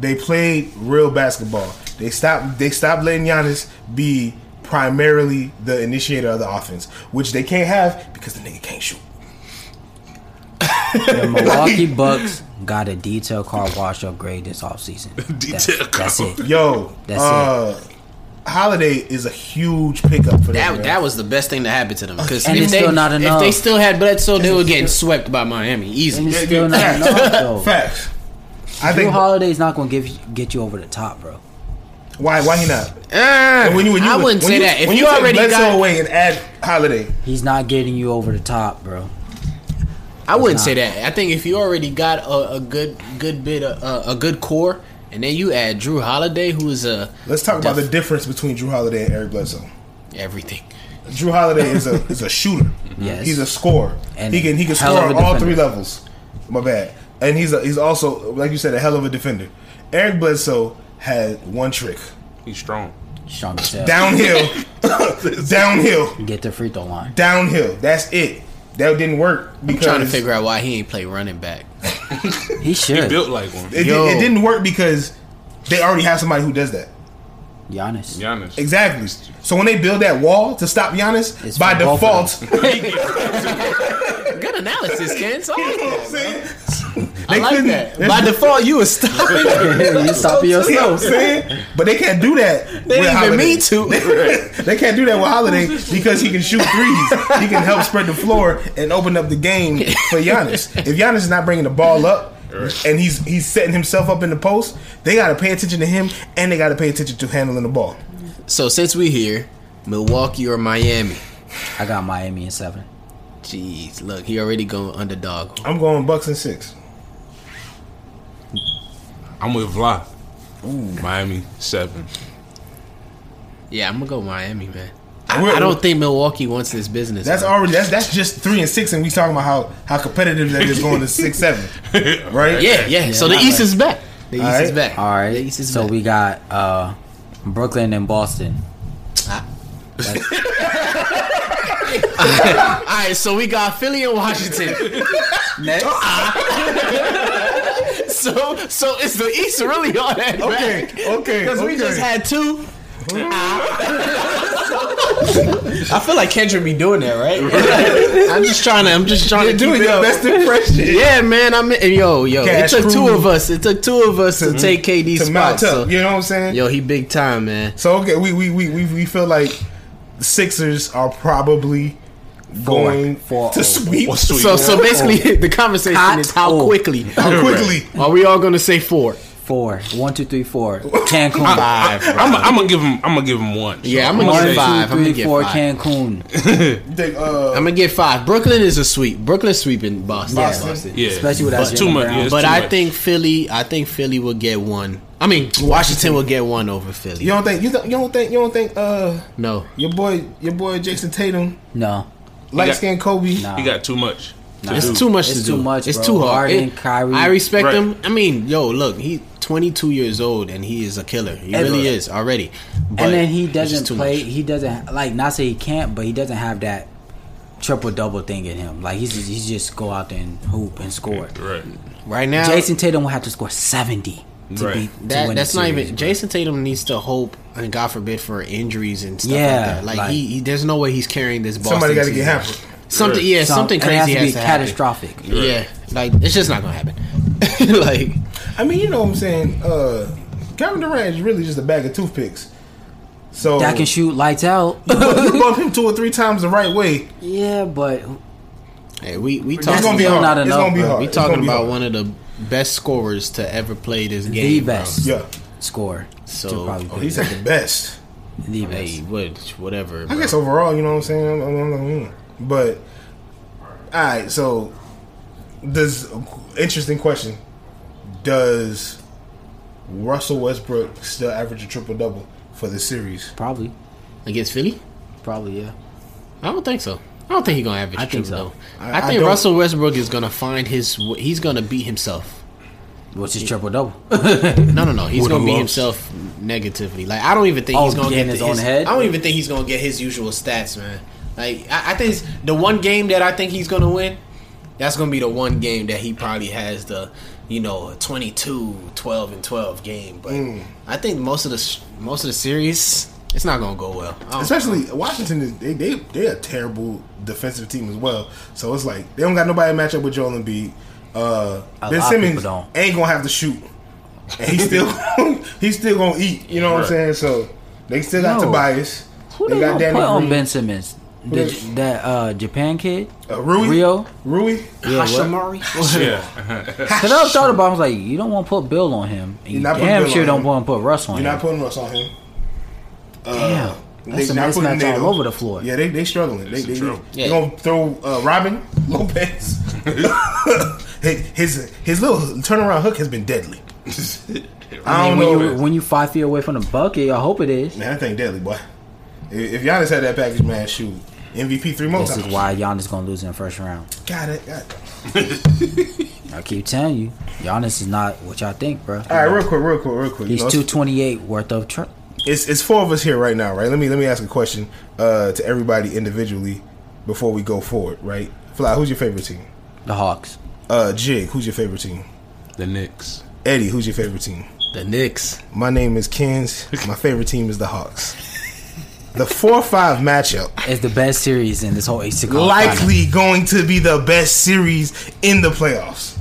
Speaker 3: They played real basketball. They stopped. They stopped letting Giannis be primarily the initiator of the offense, which they can't have because the nigga can't shoot.
Speaker 2: The Milwaukee Bucks got a detail car wash upgrade this offseason.
Speaker 5: Detail
Speaker 2: That's- That's
Speaker 5: car.
Speaker 2: it.
Speaker 3: Yo,
Speaker 2: That's
Speaker 3: uh, Holiday is a huge pickup for them.
Speaker 4: That,
Speaker 3: man.
Speaker 4: that was the best thing that happened to them because
Speaker 2: And
Speaker 4: if
Speaker 2: it's
Speaker 4: they
Speaker 2: still not
Speaker 4: if
Speaker 2: enough.
Speaker 4: they still had Bledsoe, they were getting swept by Miami
Speaker 2: And it's
Speaker 4: easy.
Speaker 2: still not
Speaker 3: facts.
Speaker 2: enough, though.
Speaker 3: facts. I
Speaker 2: Drew
Speaker 3: think
Speaker 2: Holiday's not going to give you, get you over the top, bro.
Speaker 3: why why he not?
Speaker 4: Uh,
Speaker 3: And
Speaker 4: I wouldn't
Speaker 3: when
Speaker 4: say
Speaker 3: you-
Speaker 4: that. If
Speaker 3: when
Speaker 4: you,
Speaker 3: take
Speaker 4: already
Speaker 3: Bledsoe
Speaker 4: got,
Speaker 3: away and add Holiday,
Speaker 2: He's not getting you over the top, bro.
Speaker 4: I wouldn't
Speaker 2: not.
Speaker 4: say that. I think if you already got a, a good good bit of, uh, a good core, and then you add Drew Holiday, who is a
Speaker 3: let's talk about the difference between Drew Holiday and Eric Bledsoe.
Speaker 4: everything.
Speaker 3: Drew Holiday is a is a shooter.
Speaker 2: Yes.
Speaker 3: he's a scorer.
Speaker 2: And
Speaker 3: he can he can
Speaker 2: hell
Speaker 3: score
Speaker 2: of
Speaker 3: on
Speaker 2: a
Speaker 3: all
Speaker 2: defender.
Speaker 3: three levels. My bad. And he's a, he's also like you said a hell of a defender. Eric Bledsoe had one trick
Speaker 5: He's strong.
Speaker 2: Sean Patel.
Speaker 3: downhill, downhill,
Speaker 2: Get the free throw line.
Speaker 3: downhill. That's it. That didn't work
Speaker 4: I'm
Speaker 3: because
Speaker 4: trying to figure out why he ain't play running back.
Speaker 2: He should.
Speaker 5: He built like one.
Speaker 3: it, di-
Speaker 4: Yo.
Speaker 3: it didn't work because they already have somebody who does that.
Speaker 2: Giannis.
Speaker 5: Giannis.
Speaker 3: Exactly. So when they build that wall to stop Giannis,
Speaker 2: It's
Speaker 3: by
Speaker 2: for both of
Speaker 3: default, you
Speaker 4: Good analysis, Ken. So
Speaker 3: know what I'm saying?
Speaker 4: I
Speaker 3: They
Speaker 4: like
Speaker 3: couldn't-
Speaker 4: that.
Speaker 3: it's-
Speaker 4: By default, you were stopping.
Speaker 2: you stopping
Speaker 3: You know what I'm
Speaker 2: yourself.
Speaker 3: saying? But they can't do that.
Speaker 4: They
Speaker 3: with
Speaker 4: didn't even
Speaker 3: Holiday.
Speaker 4: mean to.
Speaker 3: They can't do that with Holiday because he can shoot threes. he can help spread the floor and open up the game for Giannis. If Giannis is not bringing the ball up and he's he's setting himself up in the post, they got to pay attention to him and they got to pay attention to handling the ball.
Speaker 4: so since we here, Milwaukee or Miami?
Speaker 2: I got Miami in seven.
Speaker 4: Jeez, look, he already going underdog.
Speaker 3: I'm going Bucks and six.
Speaker 5: I'm with Vla. Miami seven.
Speaker 4: Yeah, I'm gonna go Miami, man.
Speaker 3: We're-
Speaker 4: I, I don't think Milwaukee wants this business.
Speaker 3: That's
Speaker 4: bro.
Speaker 3: already that's that's just three and six, and we talking about how how competitive that is going to six seven, right?
Speaker 4: Yeah, yeah. so the
Speaker 2: not
Speaker 4: East is back. The East
Speaker 3: All
Speaker 4: is
Speaker 3: right.
Speaker 4: back.
Speaker 2: All
Speaker 4: The
Speaker 2: right.
Speaker 4: East is
Speaker 2: So
Speaker 4: back.
Speaker 2: we got uh, Brooklyn and Boston.
Speaker 4: All right. So we got Philly and Washington.
Speaker 2: Next.
Speaker 4: so so is the East really all that
Speaker 3: Okay,
Speaker 4: back?
Speaker 3: okay.
Speaker 4: Because
Speaker 3: okay.
Speaker 4: we just had two. I feel like Kendrick be doing that, right? I'm just trying to. I'm just trying to do
Speaker 3: doing
Speaker 4: it.
Speaker 3: your
Speaker 4: Yo.
Speaker 3: best impression.
Speaker 4: Yeah, man. I'm in, yo, yo.
Speaker 3: Cash
Speaker 4: it took two
Speaker 3: Crew. Mm-hmm.
Speaker 4: of us. It took two of us to, take KD's
Speaker 3: to
Speaker 4: spot.
Speaker 3: mount up.
Speaker 4: So,
Speaker 3: you know what I'm saying?
Speaker 4: yo, he big time, man.
Speaker 3: So okay, we we we we, we feel like Sixers are probably going
Speaker 2: Four.
Speaker 3: to sweep
Speaker 5: What's sweet?
Speaker 4: So, so basically, the conversation
Speaker 2: Hot
Speaker 4: is how
Speaker 2: or-
Speaker 4: quickly
Speaker 3: how quickly.
Speaker 4: are we all going to say four?
Speaker 2: Four. One, two, three, four. Cancun.
Speaker 5: I, am gonna give him. I'm gonna give him one. So
Speaker 4: Yeah, I'm
Speaker 5: I'ma
Speaker 2: One,
Speaker 4: gonna give
Speaker 5: say-
Speaker 2: two,
Speaker 4: five. I'm
Speaker 2: three,
Speaker 4: gonna get
Speaker 2: four,
Speaker 4: five.
Speaker 2: Cancun.
Speaker 3: You think, uh,
Speaker 4: I'm gonna get five. Brooklyn is a sweep. Brooklyn sweeping Boston.
Speaker 3: Boston.
Speaker 5: Yeah,
Speaker 2: Especially with
Speaker 5: But
Speaker 2: that
Speaker 5: too
Speaker 2: Jaylen
Speaker 5: much.
Speaker 2: Brown.
Speaker 5: yeah, it's
Speaker 4: But
Speaker 5: too
Speaker 4: I
Speaker 5: much.
Speaker 4: think Philly. I think Philly will get one. I mean, Washington will get one over Philly.
Speaker 3: you don't think you, th- you don't think you don't think uh
Speaker 4: No,
Speaker 3: your boy your boy Jason Tatum
Speaker 2: No.
Speaker 3: light skinned Kobe
Speaker 5: he got too much.
Speaker 4: it's too much
Speaker 2: It's
Speaker 4: to
Speaker 2: too
Speaker 4: do.
Speaker 2: much,
Speaker 4: it's
Speaker 2: bro.
Speaker 4: too hard.
Speaker 2: Harden,
Speaker 4: It-
Speaker 2: Kyrie.
Speaker 4: I respect
Speaker 5: Right.
Speaker 4: him. I mean, yo, look, he 22 years old and he is a killer. He
Speaker 2: Ever.
Speaker 4: really is already. But
Speaker 2: and then he
Speaker 4: it's just
Speaker 2: doesn't
Speaker 4: too
Speaker 2: play.
Speaker 4: much.
Speaker 2: He doesn't like not say he can't, but he doesn't have that triple double thing in him. Like he's just, he's just go out there and hoop and score.
Speaker 5: Right.
Speaker 4: right now.
Speaker 2: Jason Tatum will have to score seventy to
Speaker 5: Right.
Speaker 2: be to
Speaker 4: That,
Speaker 2: win
Speaker 4: that's
Speaker 2: the
Speaker 4: not
Speaker 2: series,
Speaker 4: even.
Speaker 2: bro.
Speaker 4: Jason Tatum needs to hope, and God forbid, for injuries and stuff
Speaker 2: Yeah,
Speaker 4: like that. Like,
Speaker 2: like-
Speaker 4: he, he, there's no way he's carrying this. Boston
Speaker 3: somebody got to
Speaker 4: team.
Speaker 3: get hampered.
Speaker 4: Something,
Speaker 5: Right.
Speaker 4: yeah,
Speaker 2: Some-
Speaker 4: something
Speaker 2: and it
Speaker 4: crazy has to,
Speaker 2: has to be
Speaker 4: happen.
Speaker 2: catastrophic.
Speaker 4: Yeah, like it's just not gonna happen. like,
Speaker 3: I mean, you know what I'm saying? Uh Kevin Durant is really just a bag of toothpicks. So
Speaker 2: That can shoot lights out.
Speaker 3: you bump him two or three times the right way.
Speaker 2: yeah, but
Speaker 4: hey, we we
Speaker 3: It's
Speaker 4: talking
Speaker 3: gonna be
Speaker 2: still
Speaker 3: hard.
Speaker 2: not
Speaker 3: it's
Speaker 2: enough,
Speaker 3: gonna be
Speaker 2: bro.
Speaker 3: hard.
Speaker 4: we
Speaker 3: It's gonna
Speaker 4: talking
Speaker 3: be
Speaker 4: about
Speaker 3: hard.
Speaker 4: one of the best scorers to ever play this game.
Speaker 2: the
Speaker 4: bro.
Speaker 2: best
Speaker 3: Yeah,
Speaker 2: score.
Speaker 4: So-
Speaker 2: to probably
Speaker 4: Oh,
Speaker 3: he said the best.
Speaker 2: the best.
Speaker 4: Hey, what, whatever.
Speaker 3: I
Speaker 4: Bro.
Speaker 3: guess overall, you know what I'm saying. I'm, I'm, I'm, I'm- but All right, so does interesting question. Does Russell Westbrook still average a triple double for the series?
Speaker 2: Probably.
Speaker 4: against Philly.
Speaker 2: Probably, yeah.
Speaker 4: I don't think so. I don't think he's gonna average.
Speaker 2: I think
Speaker 4: triple,
Speaker 2: so.
Speaker 4: though.
Speaker 3: I-
Speaker 4: I,
Speaker 3: I
Speaker 4: think
Speaker 3: don't-
Speaker 4: Russell Westbrook is gonna find his. He's gonna beat himself.
Speaker 2: What's his triple double?
Speaker 4: No, no, no. He's
Speaker 5: With
Speaker 4: gonna
Speaker 5: the
Speaker 4: beat
Speaker 5: loss.
Speaker 4: himself negatively. Like I don't even think
Speaker 2: Oh,
Speaker 4: he's gonna
Speaker 2: getting
Speaker 4: get
Speaker 2: his
Speaker 4: the-
Speaker 2: own head?
Speaker 4: I don't even think he's gonna get his usual stats, man. Like I, I think it's- the one game that I think he's gonna win, that's gonna be the one game that he probably has the, you know, 22, 12 and twelve game. But I think most of the s- most of the series, it's not gonna go well. I don't-
Speaker 3: Especially Washington is they they they a terrible defensive team as well. So it's like they don't got nobody to match up with Joel Embiid. Uh,
Speaker 2: A lot
Speaker 3: ben
Speaker 2: of
Speaker 3: Simmons
Speaker 2: people don't.
Speaker 3: ain't gonna have to shoot, and he's still he's still gonna eat. You know what I'm saying? So they still got
Speaker 2: No.
Speaker 3: Tobias.
Speaker 2: Who they, gonna put on Ben Simmons? The,
Speaker 3: they-
Speaker 2: J- that uh, Japan kid?
Speaker 3: uh, Rui,
Speaker 2: Rio?
Speaker 3: Rui.
Speaker 2: Yeah, what?
Speaker 5: Yeah.
Speaker 2: Cause I thought about, it, I was like, you don't want to put Bill on him. And you
Speaker 3: not putting
Speaker 2: damn
Speaker 3: Bill
Speaker 2: sure
Speaker 3: on
Speaker 2: don't
Speaker 3: him.
Speaker 2: want to put Russ on
Speaker 3: You're not
Speaker 2: him.
Speaker 3: putting Russ on him.
Speaker 2: Damn, that's a
Speaker 3: not putting
Speaker 2: mismatch
Speaker 3: Nato.
Speaker 2: all over the floor.
Speaker 3: Yeah, they they struggling. They,
Speaker 5: This
Speaker 3: they,
Speaker 5: is true.
Speaker 3: they
Speaker 4: Yeah.
Speaker 3: gonna throw uh, Robin Lopez. his, his his little turnaround hook has been deadly. I
Speaker 2: when
Speaker 3: don't know.
Speaker 2: you when you five feet away from the bucket, I hope it is.
Speaker 3: man, that thing deadly, boy. If, if Giannis had that package, man, shoot MVP three more
Speaker 2: This
Speaker 3: times.
Speaker 2: is why Giannis gonna lose in the first round.
Speaker 3: Got it. Got it.
Speaker 2: I keep telling you, Giannis is not what y'all think, bro.
Speaker 3: All right, real quick, real quick, real quick. You
Speaker 2: He's
Speaker 3: know,
Speaker 2: two twenty eight worth of tr-
Speaker 3: it's it's four of us here right now, right? Let me let me ask a question uh, to everybody individually before we go forward, right? Fly, who's your favorite team?
Speaker 2: the Hawks.
Speaker 3: Uh, Jig, who's your favorite team?
Speaker 5: The Knicks.
Speaker 3: Eddie, who's your favorite team?
Speaker 4: the Knicks.
Speaker 3: My name is Kins. My favorite team is the Hawks. The 4 5 matchup
Speaker 2: It's the best series in this whole Eastern
Speaker 4: Oh,
Speaker 2: Conference.
Speaker 3: likely going to be the best series in the playoffs.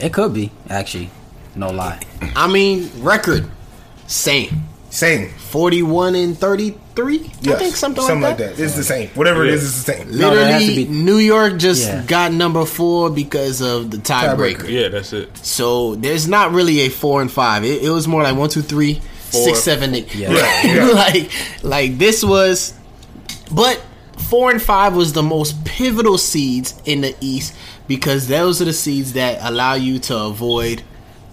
Speaker 2: it could be actually, no lie.
Speaker 4: I mean, record same.
Speaker 3: Same.
Speaker 4: 41 and 33
Speaker 3: Yes.
Speaker 4: i think something, like that,
Speaker 3: It's the same. Whatever it is, it's the same.
Speaker 2: No, that has to
Speaker 4: literally
Speaker 2: be-
Speaker 4: new york just
Speaker 2: Yeah.
Speaker 4: got number four because of the tiebreaker
Speaker 3: Tiebreaker.
Speaker 5: Yeah, that's it.
Speaker 4: so there's not really a four and five it, it was more like one two three six seven eight
Speaker 2: Yeah.
Speaker 3: Yeah, yeah.
Speaker 4: like like this was but four and five was the most pivotal seeds in the east because those are the seeds that allow you to avoid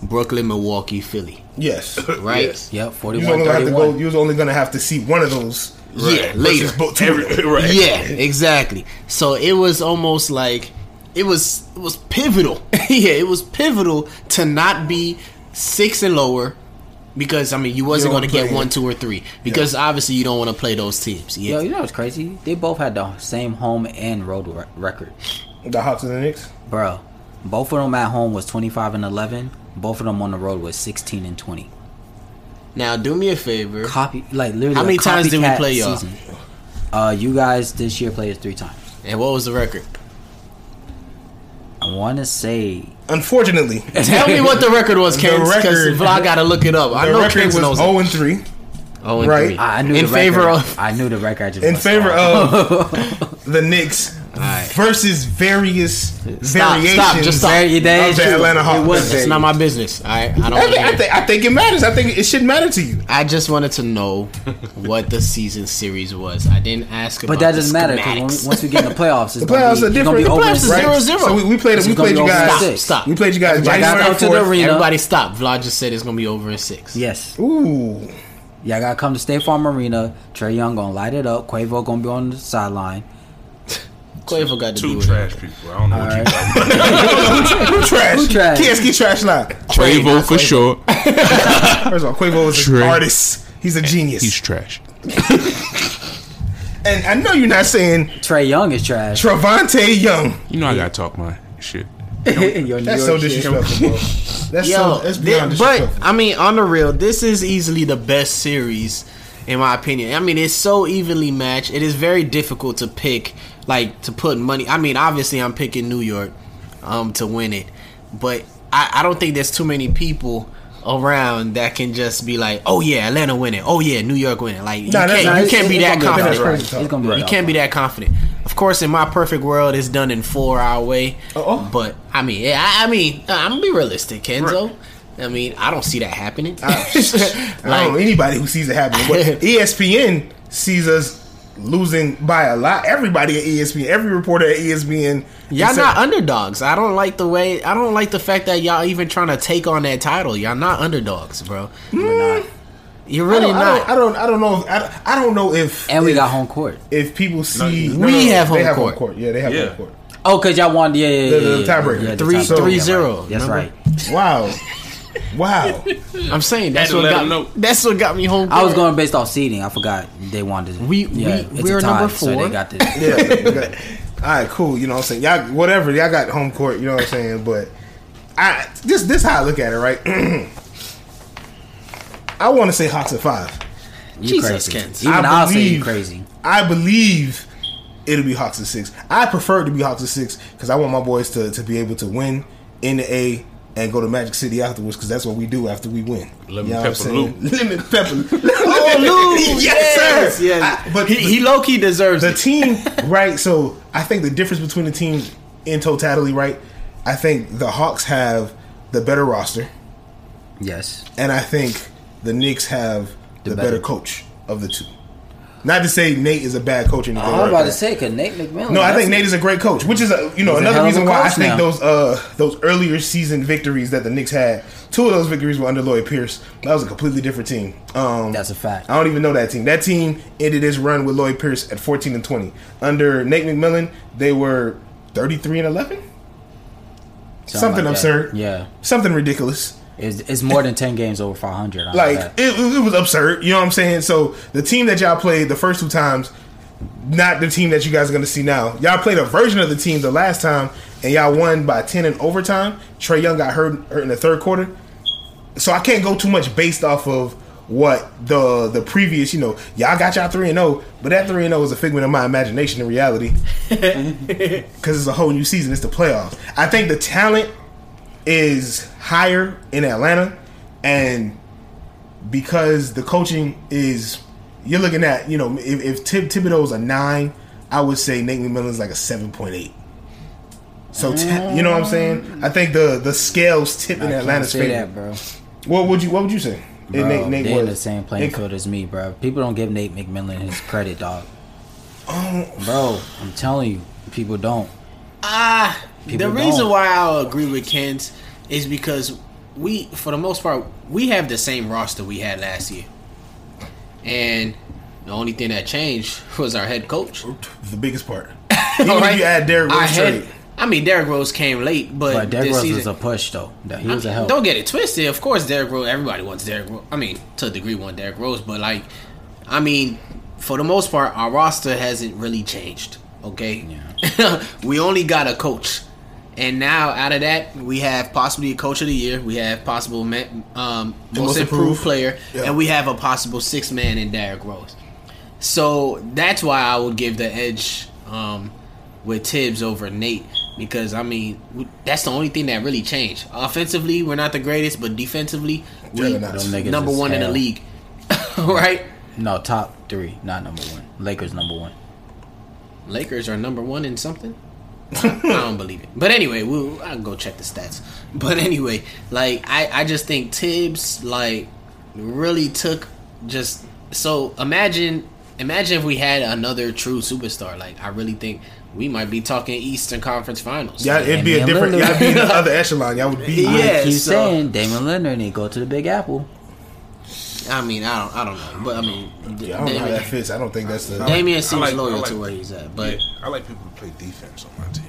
Speaker 4: brooklyn milwaukee philly
Speaker 3: Yes.
Speaker 4: right
Speaker 2: Yep, forty
Speaker 3: You was
Speaker 2: one
Speaker 3: only gonna have
Speaker 2: thirty
Speaker 3: to go.
Speaker 2: one.
Speaker 3: You was only gonna have to see one of those.
Speaker 4: Yeah,
Speaker 3: versus
Speaker 4: later.
Speaker 3: bo- two of them.
Speaker 5: right.
Speaker 4: Yeah, exactly. So it was almost like it was it was pivotal. yeah, it was pivotal to not be six and lower because I mean you wasn't
Speaker 3: You don't
Speaker 4: going to get
Speaker 3: play-
Speaker 4: one, two, or three because obviously you don't want to play those teams.
Speaker 2: Yo,
Speaker 4: Yeah,
Speaker 2: you know what's crazy? They both had the same home and road re- record.
Speaker 3: The Hawks and the Knicks.
Speaker 2: Bro, both of them at home was 25 and 11. Both of them on the road was 16 and 20.
Speaker 4: now do me a favor.
Speaker 2: Copy, like literally.
Speaker 4: How
Speaker 2: a
Speaker 4: many times did we
Speaker 2: copycat
Speaker 4: play y'all?
Speaker 2: season. Uh, you guys this year played us three times.
Speaker 4: And what was the record?
Speaker 2: I want to say
Speaker 3: Unfortunately,
Speaker 4: Tell me what the record was, Ken, because
Speaker 3: record-
Speaker 4: I got to look it up. I
Speaker 3: the
Speaker 4: know
Speaker 3: record
Speaker 4: Ken
Speaker 3: was
Speaker 4: knows. it.
Speaker 3: zero and three
Speaker 4: Oh, and
Speaker 3: right.
Speaker 4: three.
Speaker 2: I I knew
Speaker 4: in
Speaker 2: the
Speaker 4: favor
Speaker 2: record.
Speaker 4: of.
Speaker 2: I knew the record. I just
Speaker 3: in
Speaker 2: must
Speaker 3: favor
Speaker 2: stop.
Speaker 3: of the Knicks versus various
Speaker 4: Stop,
Speaker 3: variations.
Speaker 4: stop, just stop.
Speaker 2: There you- there
Speaker 3: Of
Speaker 2: you-
Speaker 3: the Atlanta Hawks.
Speaker 2: It was
Speaker 4: It's not my business. I I don't.
Speaker 3: I think,
Speaker 4: care.
Speaker 3: I, think, I think it matters. I think it should matter to you.
Speaker 4: I just wanted to know what the season series was. I didn't ask about
Speaker 2: But that
Speaker 4: the
Speaker 2: doesn't matter because
Speaker 4: schematics.
Speaker 2: once we get in the playoffs, it's
Speaker 3: The playoffs
Speaker 2: gonna
Speaker 3: are
Speaker 2: be, it's gonna be
Speaker 3: different. The
Speaker 2: over
Speaker 3: playoffs
Speaker 2: in
Speaker 3: is
Speaker 2: six.
Speaker 3: zero zero. So we, we played.
Speaker 2: It's
Speaker 3: We
Speaker 2: gonna
Speaker 3: played
Speaker 2: be
Speaker 3: you
Speaker 2: over in
Speaker 3: guys.
Speaker 2: six.
Speaker 4: Stop.
Speaker 3: We played you guys.
Speaker 2: Y'all gotta
Speaker 3: January
Speaker 2: come to the
Speaker 3: 4th.
Speaker 2: arena.
Speaker 4: Everybody stop. Vlad just said it's gonna be over in six.
Speaker 2: Yes,
Speaker 3: Ooh,
Speaker 2: y'all gotta come to State Farm Arena. Trey Young gonna light it up. Quavo gonna be on the sideline.
Speaker 4: Quavo got to do
Speaker 5: Two
Speaker 4: it.
Speaker 5: trash people. I don't know what you talking about.
Speaker 3: who trash?
Speaker 2: Who trash?
Speaker 3: KSK trash line.
Speaker 5: Quavo for sure.
Speaker 3: First of all, Quavo is
Speaker 5: Trey.
Speaker 3: an artist. He's a genius.
Speaker 5: He's trash.
Speaker 3: and I know you're not saying
Speaker 2: Trey Young is trash.
Speaker 3: Travante Young.
Speaker 5: You know I gotta talk my shit.
Speaker 2: Your New
Speaker 3: That's so
Speaker 2: York shit.
Speaker 3: disrespectful, bro. That's
Speaker 4: Yo,
Speaker 3: so. That's
Speaker 4: thi-
Speaker 3: beyond
Speaker 4: but
Speaker 3: disrespectful.
Speaker 4: I mean, on the real, this is easily the best series, in my opinion. I mean, it's so evenly matched. It is very difficult to pick, like, to put money. I mean, obviously, I'm picking New York, um, to win it, but I, I don't think there's too many people around that can just be like, oh yeah, Atlanta winning, oh yeah, New York winning. Like, you
Speaker 3: Nah, that's
Speaker 4: can't,
Speaker 3: not-
Speaker 4: you
Speaker 3: it's-
Speaker 4: can't be
Speaker 2: it's
Speaker 4: that
Speaker 2: gonna
Speaker 4: confident.
Speaker 2: a tough
Speaker 3: That's
Speaker 2: race.
Speaker 3: crazy
Speaker 2: It's gonna be a
Speaker 4: You
Speaker 2: tough
Speaker 4: can't be
Speaker 2: race.
Speaker 4: that confident. Of course, in my perfect world, it's done in four hour way.
Speaker 3: Uh-oh.
Speaker 4: But I mean, yeah, I, I mean, uh, I'm gonna be realistic, Kenzo. I mean, I don't see that happening.
Speaker 3: E I don't know anybody who sees it happening. But ESPN sees us losing by a lot. Everybody at E ESPN, every reporter at E ESPN,
Speaker 4: Y'all
Speaker 3: except-
Speaker 4: not underdogs. I don't like the way. I don't like the fact that y'all even trying to take on that title. Y'all not underdogs, bro. You're
Speaker 3: Hmm. I
Speaker 4: really
Speaker 3: don't, I, don't,
Speaker 4: not.
Speaker 3: I don't. I don't know. If, I, don't, I don't know if
Speaker 2: And we
Speaker 3: if,
Speaker 2: got home court.
Speaker 3: If people see,
Speaker 4: We have
Speaker 3: they
Speaker 4: home
Speaker 3: have
Speaker 4: court.
Speaker 3: home court. Yeah, they have
Speaker 5: Yeah.
Speaker 3: home court.
Speaker 2: Oh, cause y'all won. Yeah, yeah, yeah.
Speaker 3: The- the
Speaker 2: yeah, yeah.
Speaker 3: tiebreaker.
Speaker 2: Yeah, the
Speaker 4: Three-
Speaker 2: tiebreaker.
Speaker 4: three
Speaker 2: Yeah,
Speaker 4: zero,
Speaker 2: That's
Speaker 4: remember?
Speaker 2: right.
Speaker 3: Wow, wow.
Speaker 4: I'm saying that's
Speaker 5: Had to
Speaker 4: what
Speaker 5: let
Speaker 4: got
Speaker 5: them
Speaker 4: me.
Speaker 5: know.
Speaker 4: That's what got me home.
Speaker 2: I was
Speaker 4: court.
Speaker 2: going based off seeding. I forgot they wanted.
Speaker 4: We- we-
Speaker 2: it's a
Speaker 4: we're
Speaker 2: tie,
Speaker 4: number
Speaker 2: So
Speaker 4: four.
Speaker 2: they got this.
Speaker 3: Yeah. okay. All right, cool. You know what I'm saying? Y'all, whatever. Y'all got home court. You know what I'm saying? But I this this how I look at it, right? I want to say hot to five.
Speaker 2: You
Speaker 4: Jesus,
Speaker 2: crazy.
Speaker 4: Kent.
Speaker 2: Even
Speaker 3: I
Speaker 2: I'll say you
Speaker 3: believe-
Speaker 2: crazy.
Speaker 3: I believe it'll be Hawks at six. I prefer it to be Hawks at six because I want my boys to, to be able to win in the A and go to Magic City afterwards because that's what we do after we win.
Speaker 5: Lemon
Speaker 3: what I'm
Speaker 5: pepper
Speaker 3: saying?
Speaker 5: Lou.
Speaker 3: Lemon pepper. oh,
Speaker 4: Lou,
Speaker 3: yes, sir.
Speaker 4: yes.
Speaker 3: I- but
Speaker 4: he, he low key deserves
Speaker 3: the
Speaker 4: it.
Speaker 3: team, right? So I think the difference between the team in totality, right? I think the Hawks have the better roster,
Speaker 2: Yes.
Speaker 3: and I think the Knicks have the, better.
Speaker 2: better-
Speaker 3: coach of the two. Not to say Nate is a bad coach or anything.
Speaker 2: I was
Speaker 3: like
Speaker 2: about
Speaker 3: that.
Speaker 2: to say, cause Nate McMillan.
Speaker 3: No, I
Speaker 2: that's-
Speaker 3: think Nate is a great coach, which is a, you know
Speaker 2: He's a
Speaker 3: another
Speaker 2: hell of a
Speaker 3: reason why I
Speaker 2: coach
Speaker 3: think
Speaker 2: now.
Speaker 3: those uh those earlier season victories that the Knicks had, two of those victories were under Lloyd Pierce. That was a completely different team. Um,
Speaker 2: That's a fact.
Speaker 3: I don't even know that team. That team ended its run with Lloyd Pierce at 14 and 20. Under Nate McMillan, they were 33 and 11. something
Speaker 2: like that.
Speaker 3: absurd.
Speaker 2: Yeah.
Speaker 3: Something ridiculous.
Speaker 2: It's, it's more than ten games over five hundred.
Speaker 3: Like
Speaker 2: that.
Speaker 3: it, it was absurd. You know what I'm saying? So the team that y'all played the first two times, not the team that you guys are gonna see now. Y'all played a version of the team the last time, and y'all won by ten in overtime. Trey Young got hurt, hurt in the third quarter, so I can't go too much based off of what the the previous. You know, y'all got y'all three and zero, but that three and zero is a figment of my imagination. In reality, because it's a whole new season. It's the playoffs. I think the talent is higher in Atlanta, and because the coaching is, you're looking at you know if, if Tib Thibodeau's a nine, I would say Nate McMillan's like a seven point eight. So te- you know what I'm saying? I think the the scales tip in
Speaker 2: I can't
Speaker 3: Atlanta's
Speaker 2: say
Speaker 3: favor.
Speaker 2: that, bro.
Speaker 3: What would you What would you say? If
Speaker 2: Bro,
Speaker 3: Nate- Nate
Speaker 2: they in
Speaker 3: was-
Speaker 2: the same playing
Speaker 3: Nate-
Speaker 2: field as me, bro. People don't give Nate McMillan his credit, dog.
Speaker 3: Oh.
Speaker 2: bro, I'm telling you, people don't.
Speaker 4: Ah, the
Speaker 2: People
Speaker 4: reason
Speaker 2: don't.
Speaker 4: why I'll agree with Kent is because we, for the most part, we have the same roster we had last year, and the only thing that changed was our head coach.
Speaker 3: The biggest part. Even if you add Derrick
Speaker 4: Our
Speaker 3: Rose
Speaker 4: head-
Speaker 3: trade,
Speaker 4: I mean, Derrick Rose came late, but,
Speaker 2: But Derrick
Speaker 4: this
Speaker 2: Rose
Speaker 4: season,
Speaker 2: was a push, though. That He
Speaker 4: I
Speaker 2: was a
Speaker 4: mean,
Speaker 2: help.
Speaker 4: Don't get it twisted. Of course, Derrick Rose. Everybody wants Derrick Rose. I mean, to a degree, want Derrick Rose. But like, I mean, for the most part, our roster hasn't really changed. Okay, we only got a coach, and now out of that, we have possibly a coach of the year. We have possible ma- um, most,
Speaker 3: most
Speaker 4: improved,
Speaker 3: improved.
Speaker 4: player,
Speaker 3: Yeah.
Speaker 4: and we have a possible six man in Derrick Rose. So that's why I would give the edge um, with Tibbs over Nate because I mean we- that's the only thing that really changed. Offensively, we're not the greatest, but defensively, we
Speaker 3: Juggernauts. Them
Speaker 2: niggas
Speaker 4: number
Speaker 2: is
Speaker 4: one in the
Speaker 2: hell.
Speaker 4: league, right?
Speaker 2: No, top three, not number one. Lakers number one.
Speaker 4: Lakers are number one in something. I don't believe it. But anyway, we'll I can go check the stats. But anyway, like I, I just think Tibbs like really took just so imagine imagine if we had another true superstar. Like I really think we might be talking Eastern Conference Finals.
Speaker 3: y'all, it'd be a
Speaker 2: Damian
Speaker 3: different.
Speaker 2: Lillard.
Speaker 3: Y'all be in the other echelon. Y'all would be.
Speaker 2: I
Speaker 4: Yeah,
Speaker 2: keep
Speaker 4: so-
Speaker 2: saying Damon Leonard need to go to the Big Apple.
Speaker 4: I mean, I don't I don't know. But I mean
Speaker 3: I don't know how that
Speaker 4: Damian,
Speaker 3: fits. I don't think that's the.
Speaker 4: Damian
Speaker 5: I
Speaker 4: seems
Speaker 5: like- I
Speaker 4: loyal
Speaker 5: like-
Speaker 4: to where he's at. But
Speaker 5: Yeah, I like people to play defense on my team.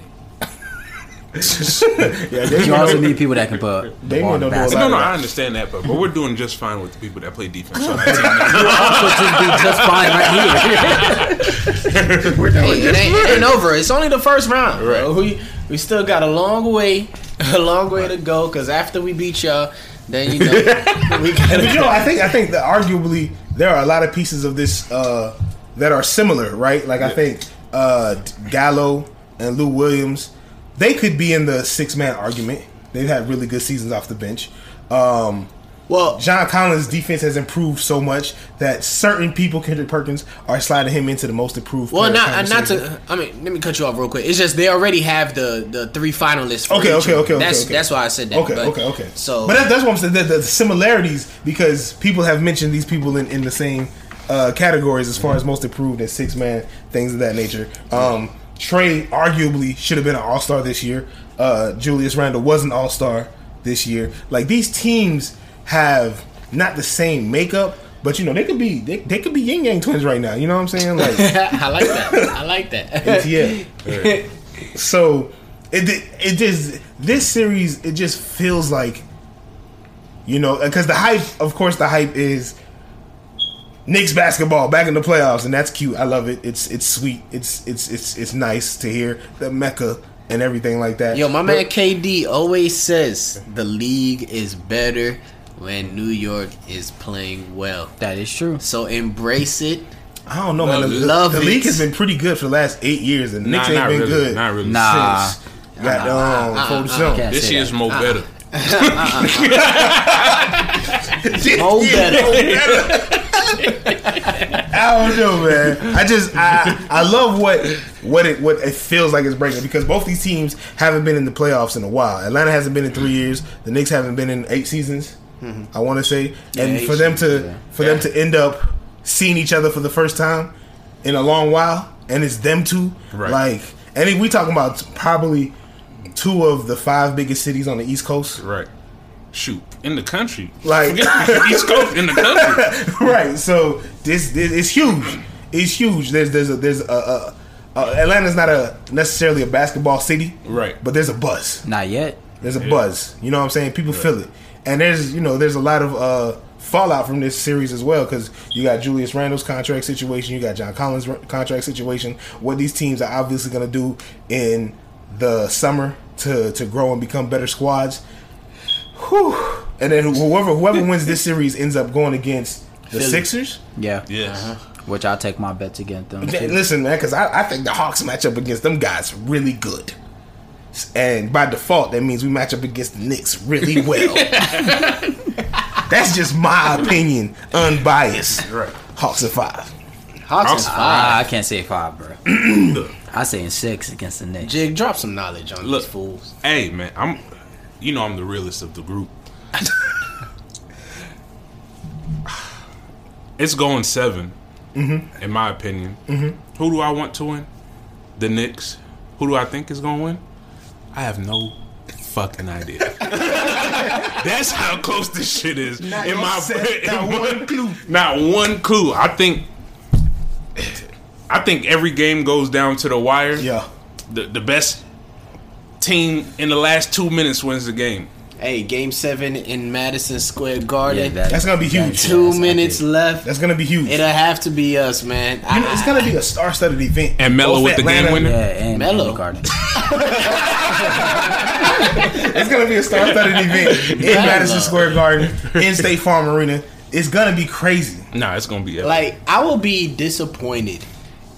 Speaker 3: Yeah,
Speaker 2: You
Speaker 3: Damian,
Speaker 2: also
Speaker 3: don't-
Speaker 2: need people that can put the
Speaker 3: Damian
Speaker 2: ball in the
Speaker 3: don't do a lot.
Speaker 2: basket.
Speaker 5: No, no, I understand that, but, but we're doing just fine with the people that play defense on our team.
Speaker 2: Could just be just fine right here.
Speaker 4: Hey, it ain't, it ain't over. It's only the first round. Right. We we still got a long way, a long way to go. Because after we beat y'all, then you know we
Speaker 3: But
Speaker 4: gotta.
Speaker 3: you know, I think I think that arguably there are a lot of pieces of this uh, that are similar, right? Like I think uh, Gallo and Lou Williams, they could be in the six man argument. They've had really good seasons off the bench. Um,
Speaker 4: Well,
Speaker 3: John Collins' defense has improved so much that certain people, Kendrick Perkins, are sliding him into the most improved.
Speaker 4: well,
Speaker 3: player
Speaker 4: not not
Speaker 3: conversation.
Speaker 4: to. I mean, let me cut you off real quick. It's just they already have the the three finalists. For
Speaker 3: Okay,
Speaker 4: each
Speaker 3: okay,
Speaker 4: one.
Speaker 3: okay, okay,
Speaker 4: That's
Speaker 3: okay.
Speaker 4: that's why I said that.
Speaker 3: Okay,
Speaker 4: but-
Speaker 3: okay, okay.
Speaker 4: So,
Speaker 3: but that's, that's what I'm saying. The, the similarities because people have mentioned these people in, in the same uh, categories as far as most improved and six man things of that nature. Um, Trey arguably should have been an all star this year. Uh, Julius Randle was an all star this year. Like these teams have not the same makeup, but you know they could be they, they could be yin yang twins right now. You know what I'm saying? Like
Speaker 4: I like that. I like that.
Speaker 3: yeah. So it it just this series it just feels like you know because the hype of course the hype is Knicks basketball back in the playoffs and that's cute I love it it's it's sweet it's it's it's it's nice to hear the mecca and everything like that
Speaker 4: Yo, my
Speaker 3: But-
Speaker 4: man KD always says the league is better when New York is playing well.
Speaker 2: That is true.
Speaker 4: So embrace it.
Speaker 3: I don't know man the,
Speaker 4: Love
Speaker 3: the
Speaker 4: it.
Speaker 3: league has been pretty good for the last eight years and the
Speaker 5: Nah,
Speaker 3: Knicks ain't
Speaker 5: not
Speaker 3: been
Speaker 5: really.
Speaker 3: good
Speaker 5: Not really.
Speaker 2: Nah.
Speaker 3: since goddamn Forbes Jones.
Speaker 2: can't
Speaker 5: This
Speaker 2: say
Speaker 5: year's
Speaker 2: that.
Speaker 5: Mo better.
Speaker 4: Mo better.
Speaker 3: I don't know, man. I just I I love what what it what it feels like it's breaking because both these teams haven't been in the playoffs in a while. Atlanta hasn't been in three years. The Knicks haven't been in eight seasons. I want to say, and
Speaker 4: eight
Speaker 3: for them to for them to end up seeing each other for the first time in a long while, and it's them two
Speaker 5: Right.
Speaker 3: like, and if we talking about probably two of the five biggest cities on the East Coast,
Speaker 5: Right. Shoot. In the country.
Speaker 3: Like-
Speaker 5: Forget East Coast in the country.
Speaker 3: right. So this, this it's huge. It's huge. There's there's a there's a, a, a Atlanta's not a necessarily a basketball city,
Speaker 5: Right.
Speaker 3: But there's a buzz.
Speaker 2: Not yet.
Speaker 3: There's a buzz. You know what I'm saying? People feel it, and there's you know there's a lot of uh, fallout from this series as well because you got Julius Randle's contract situation, you got John Collins' r- contract situation. What these teams are obviously going to do in the summer to to grow and become better squads. Whew. And then whoever whoever wins this series ends up going against the Sixers.
Speaker 2: Yeah.
Speaker 5: Yes.
Speaker 2: Which I'll take my bets against them.
Speaker 3: Th-
Speaker 2: too.
Speaker 3: Listen, man, because I, I think the Hawks match up against them guys really good. S- And by default, that means we match up against the Knicks really well. That's just my opinion, unbiased.
Speaker 5: Right.
Speaker 3: Hawks at five.
Speaker 4: Hawks is fine.
Speaker 2: Ah, I can't say five, bro. I say in six against the Knicks.
Speaker 4: Jig, drop some knowledge on
Speaker 5: Look.
Speaker 4: these fools.
Speaker 5: Hey man, I'm you know I'm the realest of the group. it's going 7
Speaker 3: Mm-hmm.
Speaker 5: in my opinion. Who do I want to win? The Knicks. Who do I think is gonna win? I have no fucking idea. That's how close this shit is. in
Speaker 3: no
Speaker 5: my
Speaker 3: sense, not
Speaker 5: in
Speaker 3: one clue.
Speaker 5: Not one clue. I think I think every game goes down to the wire
Speaker 3: Yeah.
Speaker 5: the, the best team in the last two minutes wins the game.
Speaker 4: Hey, game seven in Madison Square
Speaker 2: Yeah,
Speaker 4: Garden.
Speaker 2: that-
Speaker 3: That's gonna be huge.
Speaker 2: that's-
Speaker 4: Two
Speaker 2: that's epic.
Speaker 4: minutes left.
Speaker 3: That's going to be huge.
Speaker 4: It'll have to be us, man.
Speaker 3: You know, it's
Speaker 4: I-
Speaker 3: going to be a star studded event.
Speaker 5: And Melo
Speaker 3: Both
Speaker 5: with the game winner?
Speaker 2: Yeah, and
Speaker 4: Melo.
Speaker 2: and Garden.
Speaker 3: It's going to be a star studded event in
Speaker 4: Melo.
Speaker 3: Madison Square Garden, in State Farm Arena. It's going to be crazy.
Speaker 5: Nah, it's gonna be epic.
Speaker 4: Like, I will be disappointed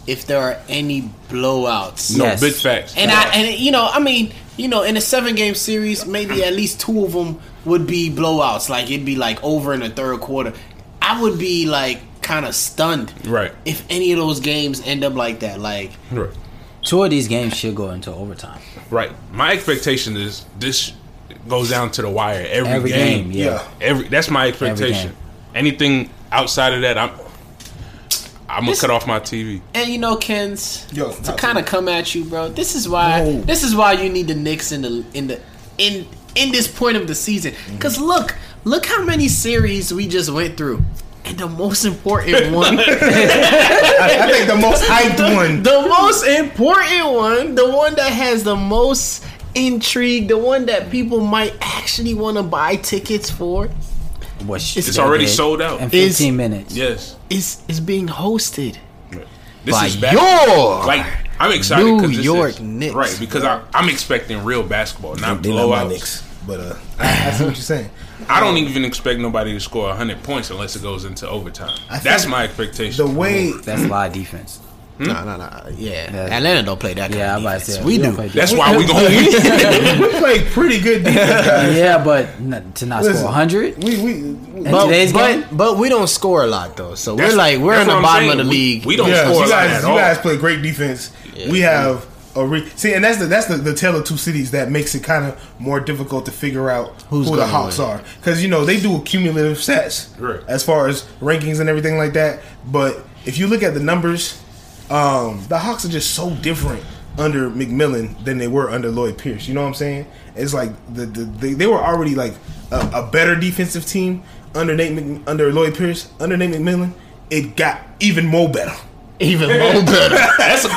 Speaker 4: if there are any blowouts.
Speaker 5: no
Speaker 2: Yes.
Speaker 5: big facts.
Speaker 4: And I and you know, I mean, you know, in a seven game series, maybe at least two of them would be blowouts. Like it'd be like over in the third quarter. I would be like kind of stunned,
Speaker 5: Right.
Speaker 4: If any of those games end up like that, like
Speaker 5: right.
Speaker 2: Two of these games should go into overtime.
Speaker 5: Right. My expectation is this goes down to the wire every,
Speaker 2: Every
Speaker 5: game.
Speaker 2: game, yeah.
Speaker 3: Yeah.
Speaker 5: Every that's my expectation.
Speaker 2: game.
Speaker 5: Anything outside of that, I'm I'm gonna
Speaker 4: This-
Speaker 5: cut off my TV.
Speaker 4: and you know, Ken's
Speaker 3: Yo,
Speaker 4: to kind of come at you, bro. This is why
Speaker 3: No.
Speaker 4: this is why you need the Knicks in the in the in in this point of the season. Cause look, look how many series we just went through, and the most important one.
Speaker 3: I, I think the most hyped one.
Speaker 4: The most important one, the one that has the most intrigue, the one that people might actually want to buy tickets for,
Speaker 2: Which
Speaker 4: It's
Speaker 5: It's
Speaker 2: they
Speaker 5: already
Speaker 2: did
Speaker 5: sold out.
Speaker 2: in
Speaker 4: Is-
Speaker 2: 15 minutes.
Speaker 5: yes.
Speaker 4: is is being hosted
Speaker 5: This
Speaker 4: by
Speaker 5: is bad.
Speaker 4: your
Speaker 5: like I'm excited 'cause
Speaker 4: New
Speaker 5: this
Speaker 4: York
Speaker 5: is,
Speaker 4: Knicks.
Speaker 5: Right, because I, I'm expecting real basketball, not
Speaker 3: They not my
Speaker 5: blowouts.
Speaker 3: Knicks, but uh, I, I see what you're saying.
Speaker 5: I don't even expect nobody to score 100 points unless it goes into overtime.
Speaker 3: think
Speaker 5: That's my expectation.
Speaker 3: The way
Speaker 2: That's a lot of defense.
Speaker 4: no no no yeah. Atlanta don't play that.
Speaker 2: Yeah, I'm
Speaker 4: kind of
Speaker 2: about to
Speaker 4: defense.
Speaker 2: say
Speaker 4: we do.
Speaker 2: don't play
Speaker 5: That's
Speaker 2: defense.
Speaker 5: why we going to
Speaker 3: we play pretty good defense, guys.
Speaker 2: Yeah, but n- to not
Speaker 3: Listen.
Speaker 2: score 100.
Speaker 3: We we, we
Speaker 2: In today's game,
Speaker 4: But but we don't score a lot though, so
Speaker 5: That's-
Speaker 4: we're like we're in
Speaker 5: that's
Speaker 4: the
Speaker 5: what I'm
Speaker 4: bottom
Speaker 5: saying.
Speaker 4: of the
Speaker 5: We-
Speaker 4: league.
Speaker 5: we don't
Speaker 3: yeah,
Speaker 5: score
Speaker 3: you
Speaker 5: a lot
Speaker 3: guys
Speaker 5: at
Speaker 3: you
Speaker 5: all.
Speaker 3: guys play great defense. We have a re- see, and that's the that's the, the tale of two cities that makes it kind of more difficult to figure out
Speaker 4: Who's
Speaker 3: who the
Speaker 4: gonna
Speaker 3: Hawks
Speaker 4: win?
Speaker 3: are because you know they do cumulative sets
Speaker 5: Right.
Speaker 3: as far as rankings and everything like that. But if you look at the numbers, um, the Hawks are just so different under McMillan than they were under Lloyd Pierce. You know what I'm saying? It's like the, the they, they were already like a, a better defensive team under Nate Mc, under Lloyd Pierce under Nate McMillan. It got even more better.
Speaker 4: Even more better.
Speaker 5: That's a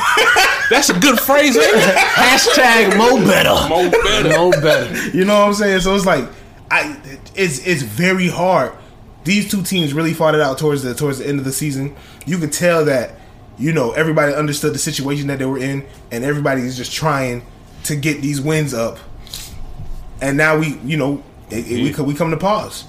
Speaker 5: that's a good phrase. ain't it?
Speaker 4: Hashtag Mo better.
Speaker 5: Mo better.
Speaker 4: Mo better.
Speaker 3: You know what I'm saying? So it's like I it's it's very hard. These two teams really fought it out towards the towards the end of the season. You could tell that you know everybody understood the situation that they were in and everybody is just trying to get these wins up. And now we, you know, it, it- we
Speaker 5: Yeah.
Speaker 3: co- we come to pause.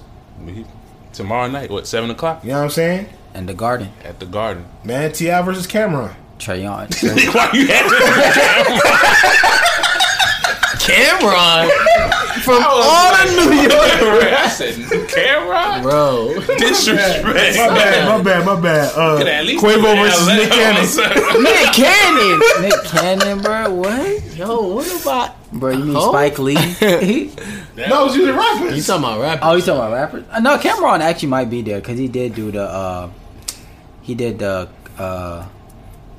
Speaker 5: We- Tomorrow night, what seven o'clock
Speaker 3: You know what I'm saying?
Speaker 2: And the garden.
Speaker 5: at the Garden?
Speaker 3: Man, Ti versus Cameron.
Speaker 2: Trayon.
Speaker 5: Why you had to?
Speaker 4: Cameron from all the New
Speaker 5: I said Cameron.
Speaker 4: Bro.
Speaker 5: Disrespect.
Speaker 3: My bad, my bad, my bad.
Speaker 5: Could
Speaker 3: Uh,
Speaker 5: at least do
Speaker 3: Quavo
Speaker 5: it
Speaker 3: versus
Speaker 5: in
Speaker 3: Nick Cannon.
Speaker 5: LA.
Speaker 4: Nick Cannon.
Speaker 2: Nick Cannon, bro. What?
Speaker 4: Yo, what about
Speaker 2: Bro, you mean
Speaker 4: Huh?
Speaker 2: Spike Lee? He-
Speaker 3: No, it's usually rappers.
Speaker 4: You talking about rapping?
Speaker 2: oh, you talking about rappers? Uh, no, Cameron actually might be there because he did do the. uh He did the. uh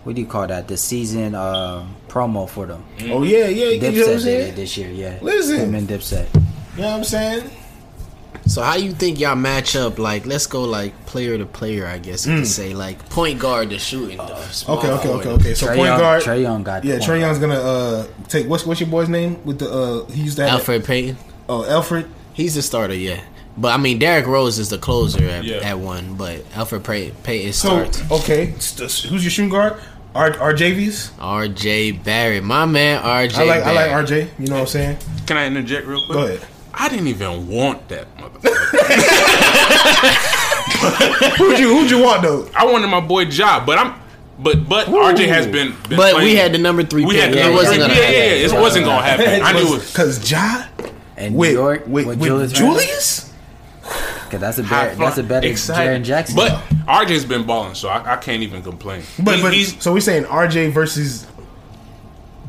Speaker 2: What do you call that? The season uh, promo for them.
Speaker 3: Oh yeah, yeah. You know what I'm
Speaker 2: Dipset did it
Speaker 3: saying?
Speaker 2: this year. Yeah.
Speaker 3: Listen.
Speaker 2: Him and Dipset.
Speaker 3: You know what I'm saying?
Speaker 4: So how you think y'all match up? Like, let's go like player to player. I guess you
Speaker 5: Hmm.
Speaker 4: could say like point guard to shooting.
Speaker 3: Okay, okay, okay, okay. So
Speaker 2: Trae
Speaker 3: point
Speaker 2: Young-
Speaker 3: guard.
Speaker 2: Trae Young got. the
Speaker 3: Yeah,
Speaker 2: point
Speaker 3: Trey
Speaker 2: guard.
Speaker 3: Young's gonna uh, take what's what's your boy's name with the uh, he used to have
Speaker 4: Alfred Payton.
Speaker 3: oh Alfred.
Speaker 4: He's the starter, yeah. But I mean, Derrick Rose is the closer at,
Speaker 5: Yeah.
Speaker 4: at one, but Alfred Pay- Payton
Speaker 3: So
Speaker 4: starts.
Speaker 3: okay, st- who's your shooting guard? R RJV's.
Speaker 4: RJ Barrett, my man, RJ.
Speaker 3: I like I
Speaker 4: Barrett.
Speaker 3: like RJ. You know what I'm saying?
Speaker 5: Can I interject real quick?
Speaker 3: Go ahead.
Speaker 5: I didn't even want that motherfucker.
Speaker 3: Who'd you who'd you want though?
Speaker 5: I wanted my boy Job, but I'm but but RJ has been, been
Speaker 4: But
Speaker 5: playing-
Speaker 4: we had the number three
Speaker 5: We
Speaker 4: pick.
Speaker 5: had the
Speaker 4: It
Speaker 5: number
Speaker 4: wasn't
Speaker 5: three. Yeah,
Speaker 4: gonna
Speaker 5: yeah,
Speaker 4: happen.
Speaker 5: yeah. It wasn't gonna happen. I knew it.
Speaker 3: because Ja
Speaker 2: And
Speaker 3: with
Speaker 2: New York
Speaker 3: with, with,
Speaker 2: Julius. Randle?
Speaker 3: Julius.
Speaker 2: 'Cause that's a
Speaker 5: High
Speaker 2: better.
Speaker 5: fly-
Speaker 2: That's a better
Speaker 5: exciting.
Speaker 2: Jaren Jackson.
Speaker 5: But RJ's been balling, so I, I can't even complain.
Speaker 3: But,
Speaker 5: He-
Speaker 3: but
Speaker 5: he's
Speaker 3: so we're saying RJ versus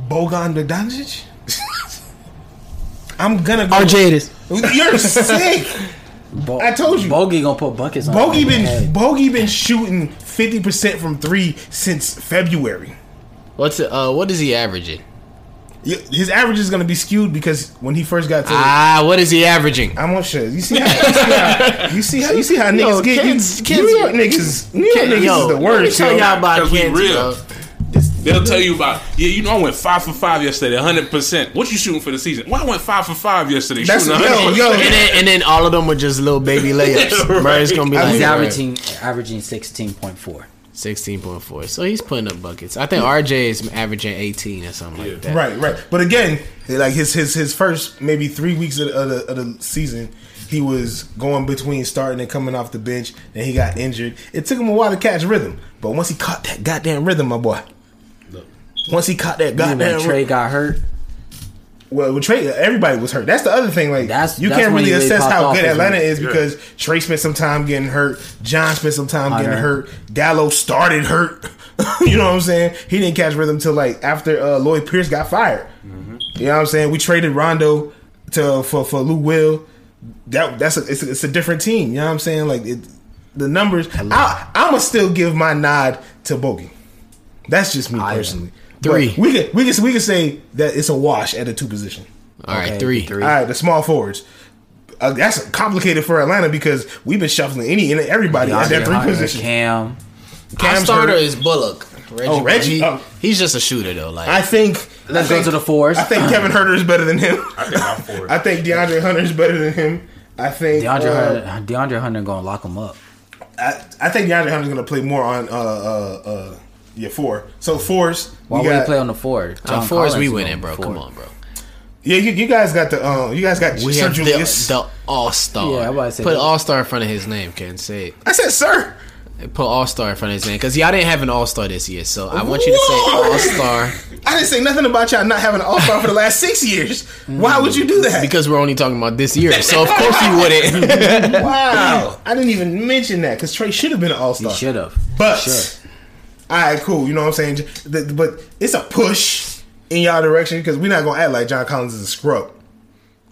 Speaker 3: Bogan Bogdanovic. I'm gonna go.
Speaker 4: RJ it is.
Speaker 3: You're sick.
Speaker 2: Bo-
Speaker 3: I told you.
Speaker 2: Bogey gonna put buckets on.
Speaker 3: Bogey
Speaker 2: him. Hey.
Speaker 3: been Bogey been shooting fifty percent from three since February.
Speaker 4: What's it, uh? What is he averaging?
Speaker 3: Y- His average is going to be skewed because when he first got to, the
Speaker 4: Ah, what is he averaging?
Speaker 3: I'm on shit. You see how you see how you see how, you see how Uh, niggas
Speaker 4: Yo,
Speaker 3: get.
Speaker 4: kids-
Speaker 3: you,
Speaker 4: kids-
Speaker 3: New York niggas, New York niggas is the
Speaker 4: Let me
Speaker 3: worst.
Speaker 4: tell
Speaker 3: yo.
Speaker 4: y'all about
Speaker 5: 'Cause we
Speaker 4: Kansas,
Speaker 5: real.
Speaker 4: yo.
Speaker 5: They'll tell you about yeah. You know, I went five for five yesterday, hundred percent. What you shooting for the season? Well, I went five for five yesterday.
Speaker 3: That's-
Speaker 5: shooting
Speaker 3: yo, yo.
Speaker 5: 100%.
Speaker 4: And then, and then all of them were just little baby layups.
Speaker 5: Yeah,
Speaker 4: Bro, it's gonna be
Speaker 3: right.
Speaker 4: like
Speaker 2: He's
Speaker 3: Yeah.
Speaker 2: averaging averaging sixteen point four.
Speaker 4: sixteen point four. So he's putting up buckets. I think RJ is averaging eighteen or something like that.
Speaker 3: Right, right. But again, like his his his first maybe three weeks of, of, the, of the season, he was going between starting and coming off the bench, and he got injured. It took him a while to catch rhythm, but once he caught that goddamn rhythm, my boy. Once he caught that
Speaker 2: Even
Speaker 3: goddamn
Speaker 2: when
Speaker 3: rhythm,
Speaker 2: Trey got hurt,
Speaker 3: Well, with Trey, everybody was hurt. That's the other thing. Like,
Speaker 2: That's-
Speaker 3: you
Speaker 2: that's
Speaker 3: can't
Speaker 2: when
Speaker 3: really
Speaker 2: he really
Speaker 3: assess
Speaker 2: popped
Speaker 3: how
Speaker 2: off,
Speaker 3: good
Speaker 2: isn't
Speaker 3: Atlanta
Speaker 2: it?
Speaker 3: is because Trey spent some time getting hurt. John spent some time
Speaker 2: I
Speaker 3: getting
Speaker 2: know.
Speaker 3: hurt. Gallo started hurt. you know what I'm saying? He didn't catch rhythm till like after uh, Lloyd Pierce got fired. You know what I'm saying? We traded Rondo to for for Lou Will. That that's a, it's, a, it's a different team. You know what I'm saying? Like it, the numbers. I, I'm gonna still give my nod to Bogey. That's just me personally. But
Speaker 4: Three.
Speaker 3: we could we could we could say that it's a wash at the two position.
Speaker 4: All right,
Speaker 2: Okay,
Speaker 4: three.
Speaker 2: three.
Speaker 3: All right, the small forwards. Uh, that's complicated for Atlanta because we've been shuffling any and everybody at that
Speaker 2: DeAndre
Speaker 3: three
Speaker 2: Hunter,
Speaker 3: position.
Speaker 2: Cam,
Speaker 4: Our
Speaker 3: Cam's
Speaker 4: starter
Speaker 3: hurt.
Speaker 4: is Bullock. Reggie
Speaker 3: Oh, Reggie.
Speaker 4: He-
Speaker 3: Oh.
Speaker 4: He's just a shooter though. Like
Speaker 3: I think.
Speaker 2: Let's go
Speaker 3: I think-
Speaker 2: to the fours.
Speaker 3: I think Kevin Herter is better than him.
Speaker 5: I think I'm for it.
Speaker 3: I think DeAndre Hunter is better than him. I think
Speaker 2: DeAndre
Speaker 3: uh,
Speaker 2: Hunter, DeAndre Hunter gonna lock him up.
Speaker 3: I, I think DeAndre Hunter's going to play more on uh uh uh yeah four. So fours.
Speaker 2: Why
Speaker 3: we
Speaker 2: would he
Speaker 3: got-
Speaker 2: play on the four?
Speaker 4: uh,
Speaker 2: John
Speaker 4: four is
Speaker 2: Collins
Speaker 4: we
Speaker 2: is
Speaker 4: winning, bro.
Speaker 2: four.
Speaker 4: Come on, bro.
Speaker 3: Yeah, you, you guys got the um. You guys got
Speaker 4: We
Speaker 3: Sir
Speaker 4: have the,
Speaker 3: Julius.
Speaker 4: the all star.
Speaker 2: Yeah, I'm about to say
Speaker 4: put
Speaker 2: that.
Speaker 4: all star in front of his name. Can say
Speaker 3: I said Sir.
Speaker 4: it. Put all star in front of his name because y'all didn't have an all star this year. So I want you to say
Speaker 3: Whoa!
Speaker 4: all star
Speaker 3: I didn't say nothing about y'all not having an All Star for the last six years. Why would you do that?
Speaker 4: because we're only talking about this year. So of course you wouldn't.
Speaker 3: Wow. I didn't even mention that because Trey should have been an all star.
Speaker 2: He should have.
Speaker 3: But,
Speaker 2: Sure.
Speaker 3: all right, cool. You know what I'm saying? The- the- But it's a push. in y'all direction because we're not gonna act like John Collins is a scrub.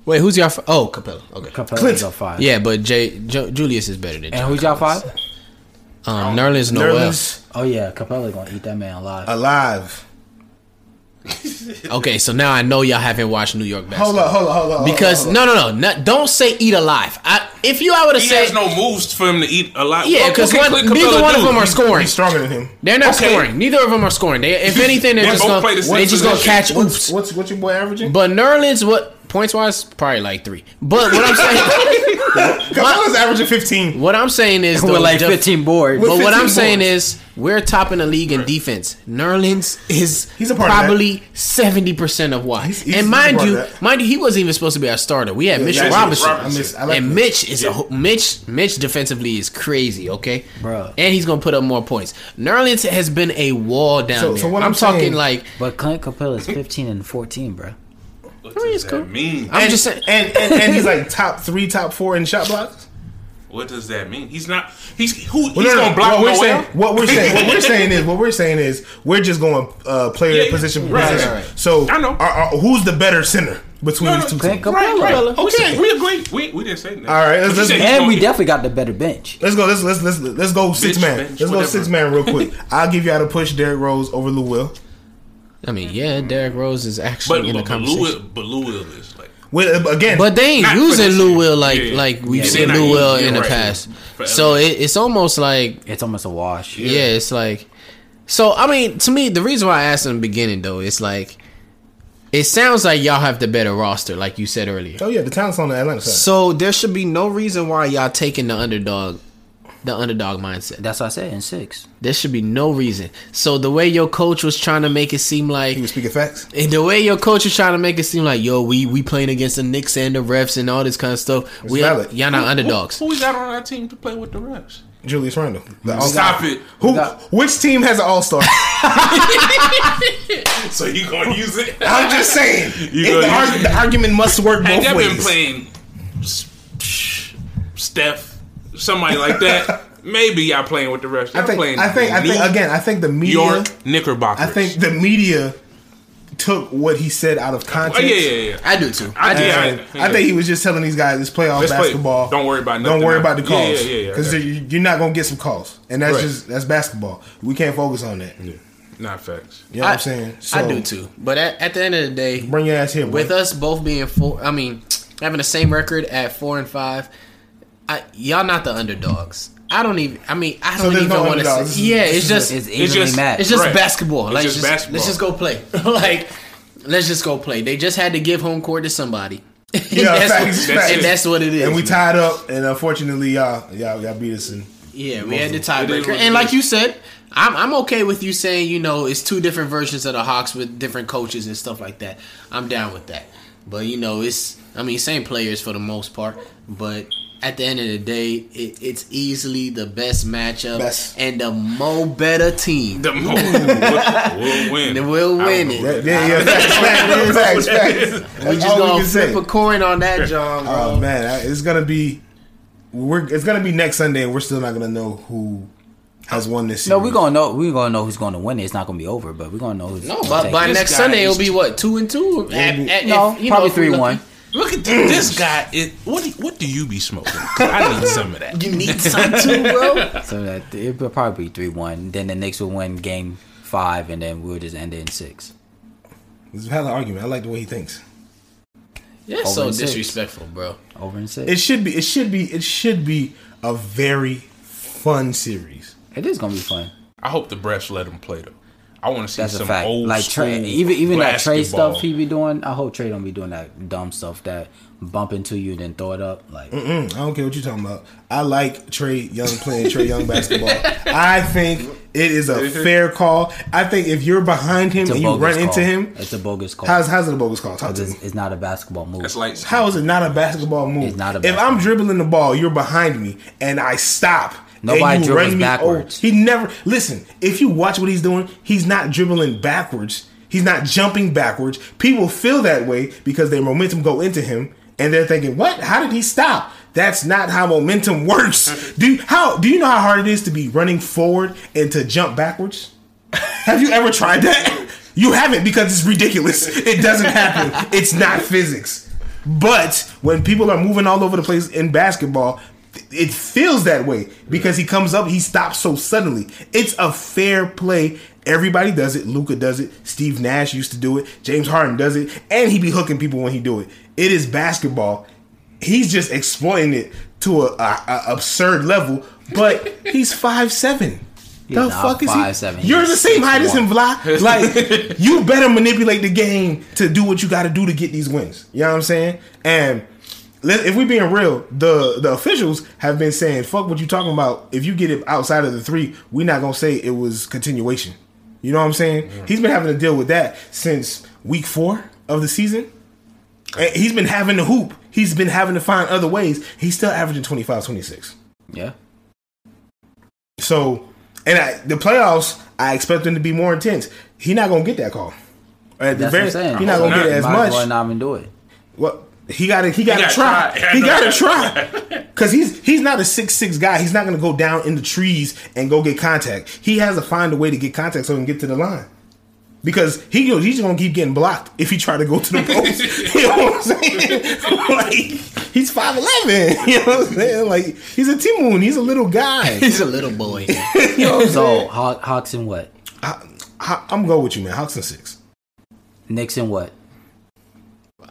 Speaker 4: Wait, who's y'all? F- oh, Capella. Okay.
Speaker 2: Capella's on five.
Speaker 4: Yeah, but Jay Ju- Julius is better than.
Speaker 2: And
Speaker 4: John
Speaker 2: who's y'all
Speaker 4: Collins.
Speaker 2: five?
Speaker 4: Um, Nerlens Noel.
Speaker 3: Nerlens
Speaker 2: Oh yeah, Capella gonna eat that man alive.
Speaker 3: alive.
Speaker 4: Okay, so now I know y'all haven't watched New York basketball.
Speaker 3: Hold up, hold up, hold up. hold up,
Speaker 4: Because
Speaker 3: hold up.
Speaker 4: no, no, no, no, don't say eat alive. I, if you, I would have
Speaker 5: He
Speaker 4: said
Speaker 5: has no moves for him to eat a lot.
Speaker 4: yeah,
Speaker 5: What-
Speaker 4: because
Speaker 5: what can Clint
Speaker 4: neither
Speaker 5: Capella
Speaker 4: one of
Speaker 5: do?
Speaker 4: them are scoring.
Speaker 3: he's stronger than him.
Speaker 4: They're not
Speaker 5: Okay.
Speaker 4: scoring. Neither of them are scoring. They, if anything, they're
Speaker 5: They
Speaker 4: just
Speaker 5: both
Speaker 4: gonna,
Speaker 5: play the same
Speaker 4: they just gonna
Speaker 5: position.
Speaker 4: catch
Speaker 3: What's,
Speaker 4: oops.
Speaker 3: what's what's your boy averaging?
Speaker 4: But Nerlens, what points wise, probably like three. But what I'm saying,
Speaker 3: Capella's averaging 15.
Speaker 4: what I'm saying is though,
Speaker 2: With like
Speaker 4: the-
Speaker 2: 15 boards.
Speaker 4: But what
Speaker 3: 15
Speaker 4: I'm saying
Speaker 3: boards.
Speaker 4: is, we're top in the league in defense. Nerlens is
Speaker 3: He's a part of that.
Speaker 4: probably seventy percent of why.
Speaker 3: he's- he's
Speaker 4: and
Speaker 3: a
Speaker 4: mind
Speaker 3: part of
Speaker 4: you,
Speaker 3: that.
Speaker 4: mind you, he wasn't even supposed to be our starter. We had Mitchell
Speaker 5: yeah, yeah.
Speaker 4: Robinson,
Speaker 5: Robinson.
Speaker 3: I miss, I like
Speaker 4: and
Speaker 3: that.
Speaker 4: Mitch is a ho- Mitch. Mitch defensively is crazy. Okay,
Speaker 2: Bruh.
Speaker 4: and he's gonna put up more points. Nerlens has been a wall down
Speaker 3: So-
Speaker 4: there.
Speaker 3: so what
Speaker 4: I'm,
Speaker 3: I'm
Speaker 4: talking
Speaker 3: saying-
Speaker 4: like
Speaker 2: But Clint Capella's 15 and 14, bro.
Speaker 5: What does
Speaker 4: cool.
Speaker 5: that mean?
Speaker 4: I'm
Speaker 3: and,
Speaker 4: just saying.
Speaker 3: and, and and he's like top three, top four in shot blocks.
Speaker 5: What does that mean? He's not. He's who? He's
Speaker 3: Well, no, no,
Speaker 5: gonna block
Speaker 3: what we're
Speaker 5: Noel?
Speaker 3: saying. What we're saying. What we're saying is. What we're saying is. We're just going uh, player
Speaker 5: Yeah,
Speaker 3: position
Speaker 5: right,
Speaker 3: position.
Speaker 5: right, right.
Speaker 3: So
Speaker 5: I know.
Speaker 3: are- are- who's the better center between
Speaker 5: No,
Speaker 3: these two teams?
Speaker 5: no,
Speaker 2: Clint Capella.
Speaker 5: Right, right.
Speaker 4: Capella.
Speaker 5: Okay,
Speaker 4: Okay.
Speaker 5: we agree. We, we didn't say that.
Speaker 3: All right, let's-
Speaker 5: You said
Speaker 3: let's-
Speaker 5: he's
Speaker 2: And
Speaker 5: gonna
Speaker 2: we
Speaker 5: eat.
Speaker 2: definitely got the better bench.
Speaker 3: Let's go. Let's let's let's let's go six
Speaker 5: Bitch,
Speaker 3: man.
Speaker 5: bench,
Speaker 3: let's go
Speaker 5: whatever.
Speaker 3: six man real quick. I'll give you how to push Derrick Rose over Lou Will.
Speaker 4: I mean, yeah, Derrick Rose is actually
Speaker 5: But
Speaker 4: in the
Speaker 5: but, but
Speaker 4: conversation.
Speaker 5: Lou but Lou Will is like
Speaker 3: With uh, again,
Speaker 4: But they ain't
Speaker 5: Not for
Speaker 4: using
Speaker 5: this
Speaker 4: Lou
Speaker 5: year.
Speaker 4: Will like
Speaker 5: Yeah, yeah.
Speaker 4: like we've
Speaker 5: Yeah,
Speaker 4: seen
Speaker 5: they're not
Speaker 4: Lou Will
Speaker 5: using-
Speaker 4: in the
Speaker 5: you're right.
Speaker 4: past.
Speaker 5: Forever.
Speaker 4: So it, it's almost like
Speaker 2: It's almost a wash.
Speaker 4: yeah. it's like. So I mean, to me, the reason why I asked in the beginning though, it's like, it sounds like y'all have the better roster, like you said earlier.
Speaker 3: oh yeah, the talent's on the Atlanta side.
Speaker 4: So there should be no reason why y'all taking the underdog, the underdog mindset.
Speaker 2: That's what I said in six.
Speaker 4: There should be no reason. So the way your coach was trying to make it seem like
Speaker 3: he was speaking facts.
Speaker 4: And the way your coach is trying to make it seem like, yo, we we playing against the Knicks and the refs and all this kind of stuff. we
Speaker 3: valid.
Speaker 4: y'all not underdogs.
Speaker 5: Who, who we got on our team to play with the refs?
Speaker 3: Julius Randle. The
Speaker 5: Stop
Speaker 3: all-star.
Speaker 5: it.
Speaker 3: Who?
Speaker 2: got-
Speaker 3: Which team has an all star?
Speaker 5: So you gonna use it?
Speaker 3: I'm just saying.
Speaker 5: You
Speaker 3: It-
Speaker 5: go-
Speaker 3: the, arg- the argument must work
Speaker 5: Had
Speaker 3: both
Speaker 5: that been
Speaker 3: ways.
Speaker 5: playing S- Psh, Steph, somebody like that, maybe y'all playing with the refs. Y'all
Speaker 3: I think.
Speaker 5: playing
Speaker 3: I think. I
Speaker 5: New
Speaker 3: think. Again, I think the media.
Speaker 5: York Knickerbockers.
Speaker 3: I think the media took what he said out of
Speaker 5: Oh,
Speaker 3: context.
Speaker 5: yeah, yeah, yeah.
Speaker 4: I do too.
Speaker 5: I,
Speaker 3: And
Speaker 5: yeah,
Speaker 3: I think he was just telling these guys, "Let's play all
Speaker 5: Let's play.
Speaker 3: basketball.
Speaker 5: Don't worry about
Speaker 3: Don't
Speaker 5: nothing
Speaker 3: worry
Speaker 5: else."
Speaker 3: about the
Speaker 5: Yeah, yeah,
Speaker 3: calls
Speaker 5: yeah, yeah, I
Speaker 3: because
Speaker 5: got
Speaker 3: you're not gonna get some calls, and that's
Speaker 5: Right.
Speaker 3: just that's basketball. We can't focus on that. You know
Speaker 5: Not facts.
Speaker 3: what I, am saying?
Speaker 4: I do too. But at, at the end of the day,
Speaker 3: Bring your ass here,
Speaker 4: with
Speaker 3: with
Speaker 4: us both being four, I mean, having the same record at four and five, I, y'all not the underdogs. I don't even. I mean, I don't
Speaker 3: there's
Speaker 4: even
Speaker 3: no
Speaker 4: want to.
Speaker 3: underdogs. This
Speaker 4: say
Speaker 3: is-
Speaker 4: Yeah,
Speaker 3: this
Speaker 4: it's
Speaker 3: is
Speaker 4: just
Speaker 2: It's
Speaker 5: It's
Speaker 2: evenly
Speaker 5: just-
Speaker 2: matched.
Speaker 4: It's just
Speaker 5: Right.
Speaker 4: basketball.
Speaker 5: It's
Speaker 4: Like
Speaker 5: just
Speaker 4: just,
Speaker 5: basketball.
Speaker 4: let's just go play. like let's just go play. They just had to give home court to somebody. and,
Speaker 3: Yeah,
Speaker 4: that's
Speaker 3: facts,
Speaker 4: what,
Speaker 5: facts.
Speaker 4: and that's what it is.
Speaker 3: and we
Speaker 4: man.
Speaker 3: tied up, and unfortunately, y'all y'all, y'all beat us. And
Speaker 4: yeah, we had the
Speaker 5: It is
Speaker 4: tiebreaker.
Speaker 5: what it
Speaker 4: And like
Speaker 5: is.
Speaker 4: you said, I'm I'm okay with you saying you know it's two different versions of the Hawks with different coaches and stuff like that. I'm down with that. But you know it's I mean same players for the most part, but. At the end of the day, it, it's easily the best matchup
Speaker 3: Best.
Speaker 4: and the mo better team.
Speaker 5: The mo- we'll win.
Speaker 4: Then we'll
Speaker 5: I
Speaker 4: win
Speaker 5: don't
Speaker 4: it.
Speaker 5: know.
Speaker 3: yeah, yeah, yeah, facts, facts, facts, facts.
Speaker 4: we
Speaker 3: That's
Speaker 4: just
Speaker 3: all we
Speaker 4: gonna
Speaker 3: can say.
Speaker 4: flip a coin on that, John. Um, Bro.
Speaker 3: Oh man, I- it's gonna be we're it's gonna be next Sunday, and we're still not gonna know who has won this.
Speaker 2: No,
Speaker 3: series.
Speaker 2: we gonna know. We gonna know who's gonna win it. It's not gonna be over, but we gonna know who's.
Speaker 4: No,
Speaker 2: gonna
Speaker 4: by,
Speaker 2: take
Speaker 4: by
Speaker 2: it.
Speaker 5: This
Speaker 4: next
Speaker 5: guy
Speaker 4: Sunday it'll
Speaker 5: is-
Speaker 4: be what two and two. At- at-
Speaker 2: No,
Speaker 4: if- you
Speaker 2: probably
Speaker 4: if we
Speaker 2: three
Speaker 4: lucky.
Speaker 2: one.
Speaker 5: Look at th- this guy. It, what do- what do you be smoking? 'Cause I need some of that.
Speaker 4: You need some too, bro.
Speaker 2: So that it would probably be three one. Then the Knicks will win game five, and then we'll just end it in six.
Speaker 3: It's a valid argument. I like the way he thinks.
Speaker 4: You're so
Speaker 2: Over six.
Speaker 4: disrespectful, bro.
Speaker 2: Over in six.
Speaker 3: It should be. It should be. It should be a very fun series.
Speaker 2: it is gonna be fun.
Speaker 5: I hope the refs let him play though. I want to see
Speaker 2: That's a
Speaker 5: some
Speaker 2: fact.
Speaker 5: old
Speaker 2: Like
Speaker 5: school
Speaker 2: Trey, even even that Trey
Speaker 5: basketball.
Speaker 2: stuff he be doing. I hope Trey don't be doing that dumb stuff that bump into you then throw it up. Like
Speaker 3: Mm, I don't care what you're talking about. I like Trey Young playing Trey Young basketball. I think it is a fair call. I think if you're behind him
Speaker 2: it's a
Speaker 3: and you
Speaker 2: bogus
Speaker 3: run
Speaker 2: call.
Speaker 3: into him,
Speaker 2: It's a bogus call.
Speaker 3: how's how's it a bogus call? Talk to me.
Speaker 2: it's, it's not a basketball move.
Speaker 5: That's like
Speaker 3: How is it not a basketball move?
Speaker 2: It's not a
Speaker 3: if I'm dribbling the ball, you're behind me, and I stop. and
Speaker 2: Nobody
Speaker 3: you
Speaker 2: dribbles
Speaker 3: run me over-
Speaker 2: backwards.
Speaker 3: He never listen. If you watch what he's doing, he's not dribbling backwards. He's not jumping backwards. People feel that way because their momentum go into him, and they're thinking, "What? How did he stop?" That's not how momentum works. Do you, how do you know how hard it is to be running forward and to jump backwards? Have you ever tried that? You haven't because it's ridiculous. It doesn't happen. it's not physics. But when people are moving all over the place in basketball, th- it feels that way because he comes up, he stops so suddenly. It's a fair play. Everybody does it. Luca does it. Steve Nash used to do it. James Harden does it, and he be hooking people when he do it. It is basketball. He's just exploiting it to a, a, a absurd level. But he's five seven. The
Speaker 2: not
Speaker 3: fuck is he?
Speaker 2: 5'7". He's
Speaker 3: You're the same height as
Speaker 2: 6'1".
Speaker 3: him, Vla. Like, you better manipulate the game to do what you got to do to get these wins. You know what I'm saying? And let, if we being real, the the officials have been saying, "Fuck what you talking about." If you get it outside of the three, we not gonna say it was continuation. You know what I'm saying? He's been having to deal with that since week four of the season. And he's been having to hoop. He's been having to find other ways. He's still averaging 25, 26.
Speaker 2: Yeah.
Speaker 3: So, and I, the playoffs, I expect them to be more intense. He not gonna get that call. At the
Speaker 2: That's what
Speaker 3: very,
Speaker 2: I'm saying.
Speaker 3: he not gonna get
Speaker 5: Not-
Speaker 3: it as
Speaker 2: Might
Speaker 3: much.
Speaker 2: Well not even do it.
Speaker 3: Well, he got to he got to
Speaker 5: gotta
Speaker 3: try.
Speaker 5: try.
Speaker 3: He got to try because he's he's not a six six guy. He's not going to go down in the trees and go get contact. He has to find a way to get contact so he can get to the line. Because he goes, he's gonna keep getting blocked if he try to go to the post. you know what I'm saying? like he's five eleven. You know what I'm saying? Like he's a Timoon. He's a little guy.
Speaker 4: He's a little boy.
Speaker 3: You know what I'm
Speaker 2: So
Speaker 3: saying?
Speaker 2: Haw- Hawks and what?
Speaker 3: I, I, I'm going with you, man. Hawks and six.
Speaker 2: Knicks and what?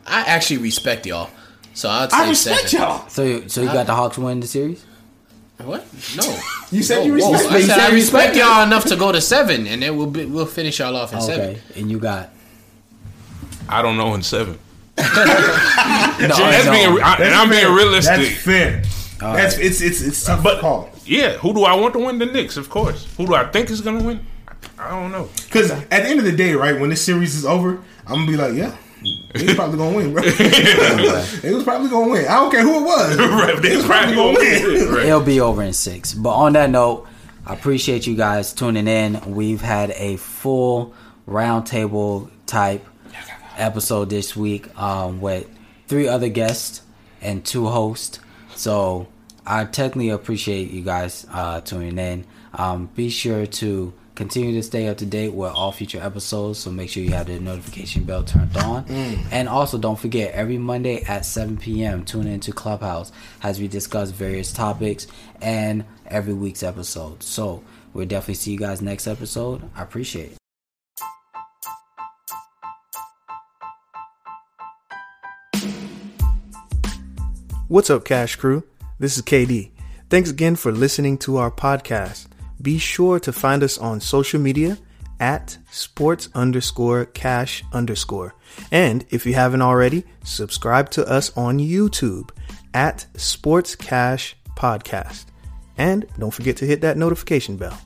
Speaker 4: I actually respect y'all. So I'd say
Speaker 3: I respect
Speaker 4: seven.
Speaker 3: y'all.
Speaker 2: So you, so you got the Hawks winning the series?
Speaker 4: What? No.
Speaker 3: You said
Speaker 4: Whoa,
Speaker 3: you
Speaker 4: whoa.
Speaker 3: respect.
Speaker 4: I
Speaker 3: you
Speaker 4: said I
Speaker 3: said
Speaker 4: respect y'all enough to go to seven, and then we'll be, we'll finish y'all off in seven.
Speaker 2: Okay. And you got
Speaker 5: I don't know in seven.
Speaker 2: no,
Speaker 5: That's
Speaker 2: no.
Speaker 5: being, I, and I'm being realistic.
Speaker 3: That's fair. That's it's it's it's tough but, call.
Speaker 5: yeah, who do I want to win? The Knicks, of course. Who do I think is gonna win? I don't know.
Speaker 3: Because at the end of the day, right, when this series is over, I'm gonna be like, yeah, they was probably gonna win, bro. they was probably gonna win. I don't care who it was.
Speaker 5: Right,
Speaker 3: they was probably gonna win.
Speaker 5: Right.
Speaker 2: It'll be over in six. But on that note, I appreciate you guys tuning in. We've had a full roundtable type episode this week um, with three other guests and two hosts. So I technically appreciate you guys uh, tuning in. Um, be sure to continue to stay up to date with all future episodes. So make sure you have the notification bell turned on. And also, don't forget every Monday at 7 p.m. Tune into Clubhouse as we discuss various topics and every week's episode. So we'll definitely see you guys next episode. I appreciate it.
Speaker 1: What's up, Cash Crew? This is KD. Thanks again for listening to our podcast. Be sure to find us on social media at sports underscore cash underscore. And if you haven't already, subscribe to us on YouTube at Sports Cash Podcast. And don't forget to hit that notification bell.